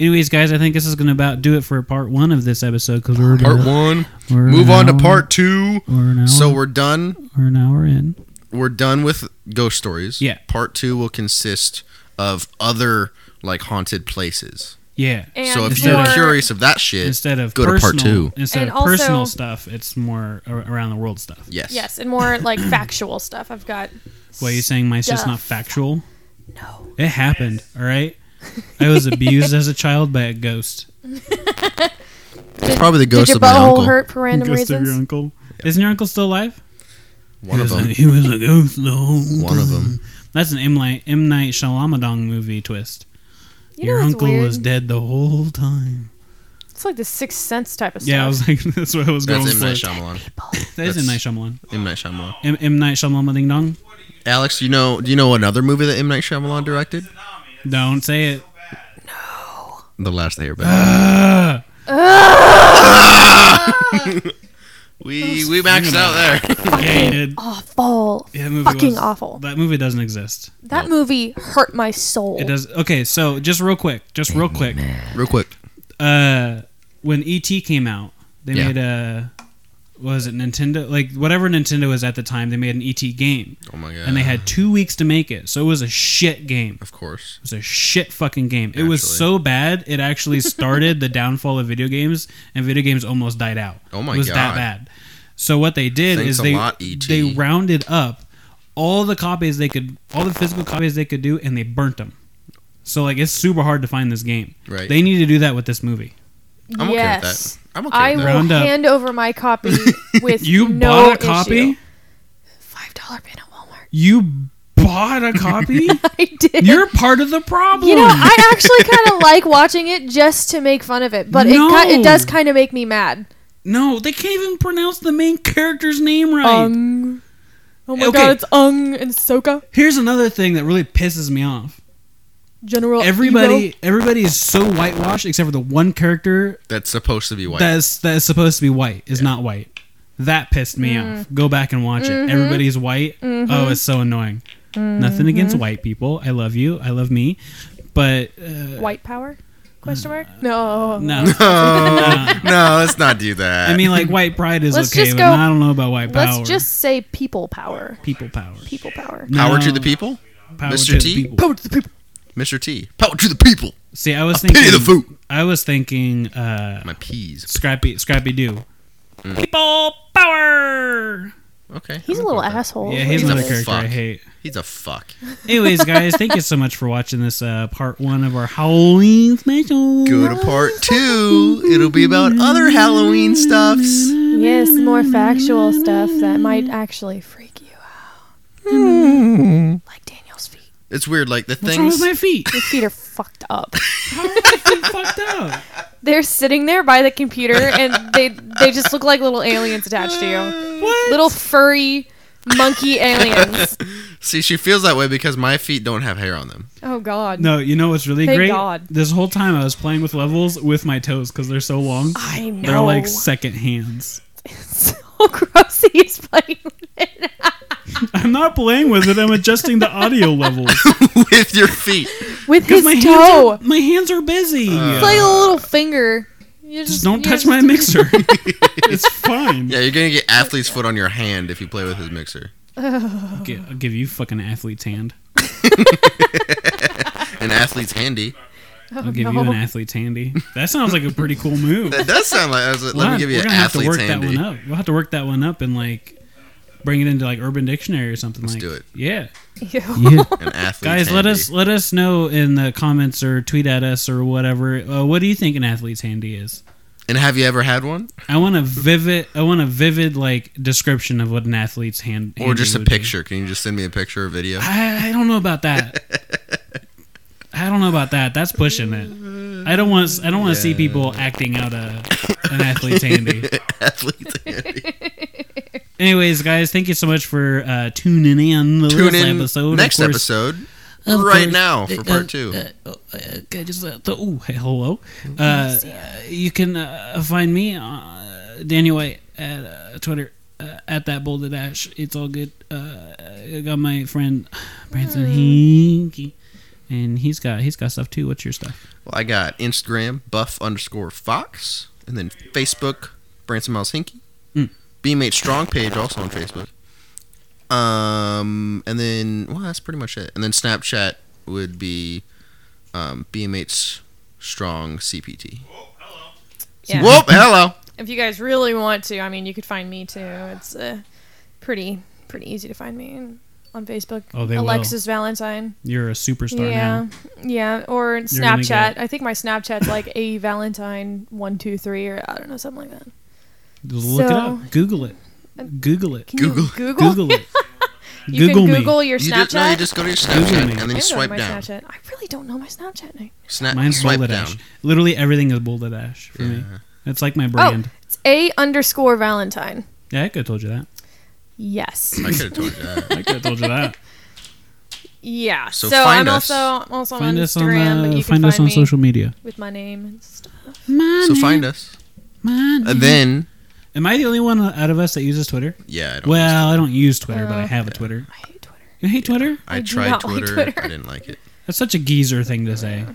Anyways, guys, I think this is gonna about do it for part one of this episode because we're Part one. We're Move an on to hour- part two. We're an hour. So we're done. we're an hour in. We're done with ghost stories. Yeah. Part two will consist of other like haunted places. Yeah. And so if instead you're of- curious of that shit, Instead of go to personal, part two. Instead And of personal also- stuff, it's more ar- around the world stuff. Yes. Yes, and more like factual stuff. I've got What you saying? Mine's just not Stuff. factual. No. It happened. All right. I was abused as a child by a ghost. It's probably the Did ghost your of my uncle. butthole hurt for random ghost of your reasons? uncle. Isn't your uncle still alive? One of He was a- them. He was a ghost the whole One of time. them. That's an M Night M Night Shyamalan movie twist. You your know what's uncle weird? was dead the whole time. It's like the sixth sense type of stuff. Yeah, I was like, that's what I was That's M going Night for. Shyamalan. That is M Night That's- Shyamalan. M Night Shyamalan. M, M Night Shyamalan Ding Dong. Alex, you know, do you know another movie that M Night Shyamalan directed? Don't say it. The Last Airbender. Uh, we we maxed out there. yeah, you did. awful. Yeah, that movie Fucking was- awful. That movie doesn't exist. That movie hurt my soul. It does. Okay, so just real quick, just real quick. Real quick. Uh, when ET came out, they Yeah. made a what was it Nintendo like whatever Nintendo was at the time. They made an ET game, Oh my god. and they had two weeks to make it. So it was a shit game. of course. It was a shit fucking game. It was Naturally. so bad it actually started the downfall of video games, and video games almost died out. Oh my It was that God. bad. So what they did Thanks is a they lot, E E.T.. they rounded up all the copies they could, all the physical copies they could do, and they burnt them. So like it's super hard to find this game. Right. They need to do that with this movie. I'm okay with yes. that. I'm okay I with will that. Round up. hand over my copy with You no bought a issue. copy. Five dollar bin at Walmart. You bought a copy. I did. You're part of the problem. You know, I actually kind of like watching it just to make fun of it, but it ki- No. it does kind of make me mad. no, they can't even pronounce the main character's name right. Ung. Oh my Okay. god, it's Ung and Soka. Here's another thing that really pisses me off. General everybody Evo. everybody is so whitewashed except for the one character That's supposed to be white. that's that's supposed to be white is not white that pissed me Mm. off go back and watch Mm-hmm. it everybody's white oh it's so annoying nothing Mm-hmm. against white people i love you i love me but uh, White Power? Question mark? No. no Oh, no, let's not do that. i mean like white pride is Let's okay just but go- i don't know about white power Let's just say people power. people power People power. power No, to the people, power Mr. to the T? people. Power to the people. Mr. T. Power to the people. see i was Pity thinking the food. i was thinking uh My peas. scrappy scrappy doo Mm. people power Okay. He's a I'm little okay with that. asshole. yeah he's Oh, He's a another character i fuck. hate He's a fuck. Anyways, guys, thank you so much for watching this uh, part one of our Halloween special. Go to part two. It'll be about other Halloween stuffs. Yes, more factual stuff that might actually freak you out. Hmm. Like Daniel's feet. It's weird, like the What's wrong with things. my feet? His feet are fucked up. I'm fucked up. They're sitting there by the computer and they they just look like little aliens attached to you. What? Little furry monkey aliens. See, she feels that way because my feet don't have hair on them. Oh god. No, you know what's really Thank great? God. This whole time I was playing with levels with my toes because they're so long. I know. They're like second hands. so gross that he's playing with it. I'm not playing with it. I'm adjusting the audio levels. With your feet. With his my hands, toe. Uh, are, my hands are busy. It's like a little finger. You Just don't you're touch my mixer. it's fine. Yeah, you're gonna get athlete's foot on your hand if you play with his mixer. I'll gi- I'll give you fucking athlete's hand. An athlete's handy. I'll give you an athlete's handy. That sounds like a pretty cool move. That does sound like. I was like, Let me We'll give you have- an we're gonna have to athlete's handy. work that one up. We'll have to work that one up and like bring it into like Urban Dictionary or something. like do it. Yeah, Ew. An athlete's guys, let handy. us let us know in the comments or tweet at us or whatever. Uh, what do you think an athlete's handy is? And have you ever had one, I want a vivid. I want a vivid like description of what an athlete's hand or just a handy would be. picture? Can you just send me a picture or video? I, I don't know about that. I don't know about that. That's pushing it. I don't want. I don't want to see people acting out a an athlete's handy. athlete's handy. Anyways, guys, thank you so much for uh, tuning in. The Tune last in episode. Of next course- episode Of right course. now for Uh, part uh, two. uh, uh, uh, can I just, uh, So, ooh, hey, hello. Uh, you can uh, find me, uh, Daniel White, at uh, Twitter, uh, at that bold dash. It's all good. Uh, I got my friend Branson Hinky, and he's got he's got stuff too. What's your stuff? Well, I got Instagram buff underscore fox, and then Facebook Branson Miles Hinky, Mm. BMate Strong page also on Facebook. Um, and then well, that's pretty much it. And then Snapchat would be um, BMH Strong CPT. Yeah. Whoop! Hello. If you guys really want to, I mean, you could find me too. It's uh, pretty pretty easy to find me on Facebook. Oh, they will. Alexis Valentine. You're a superstar yeah, now. yeah, or gonna Snapchat. I think my Snapchat's like a Valentine one two three or I don't know something like that. Just look it So- Uh, up. Google it. Google it. Can you Google. Google. Google it. You Google can me. Google your You Snapchat. just, no, you just go to your Google me. Snapchat and then I you don't know swipe my down. Snapchat. I really don't know my Snapchat name. Snap, Mine's swipe Bola down. Dash. Literally everything is Bola Dash for me. That's like my brand. Oh, it's a underscore Valentine. Yeah, I could have told you that. Yes. I could have told you that. I could have told you that. Yeah. So So, find I'm us. also I'm also Find on us on Instagram, but uh, you find can us find on me social media. with my name and stuff. so find us. And then Am I the only one out of us that uses Twitter? yeah, I don't Well, I don't use Twitter, but I have a Twitter. Oh, I hate Twitter. You hate Twitter? I, I do tried not like Twitter. Twitter. I didn't like it. That's such a geezer thing to say.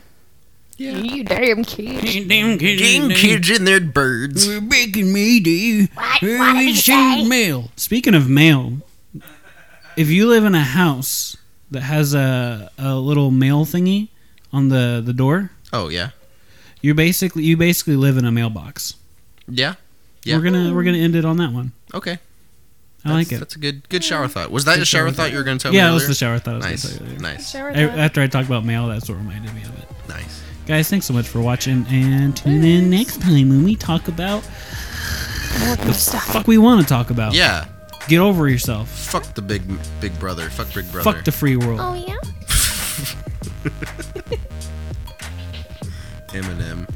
You damn kid. Getting kids in their birds. making me do. mail. Speaking of mail, if you live in a house that has a, a little mail thingy on the, the door, Oh yeah, you basically you basically live in a mailbox. yeah, yeah. We're gonna we're gonna end it on that one. okay. I That's, like it. That's a good good shower thought. Was that a shower shower thought you were going to tell me? Yeah, that was earlier? the shower thought. I was gonna Nice, say earlier. nice, Shower I, thought. after I talked about mail, that's what reminded me of it. nice. Guys, thanks so much for watching, and tune in next time when we talk about the fuck we want to talk about. Yeah, Get over yourself. fuck the big big brother. Fuck big brother. Fuck the free world. Eminem.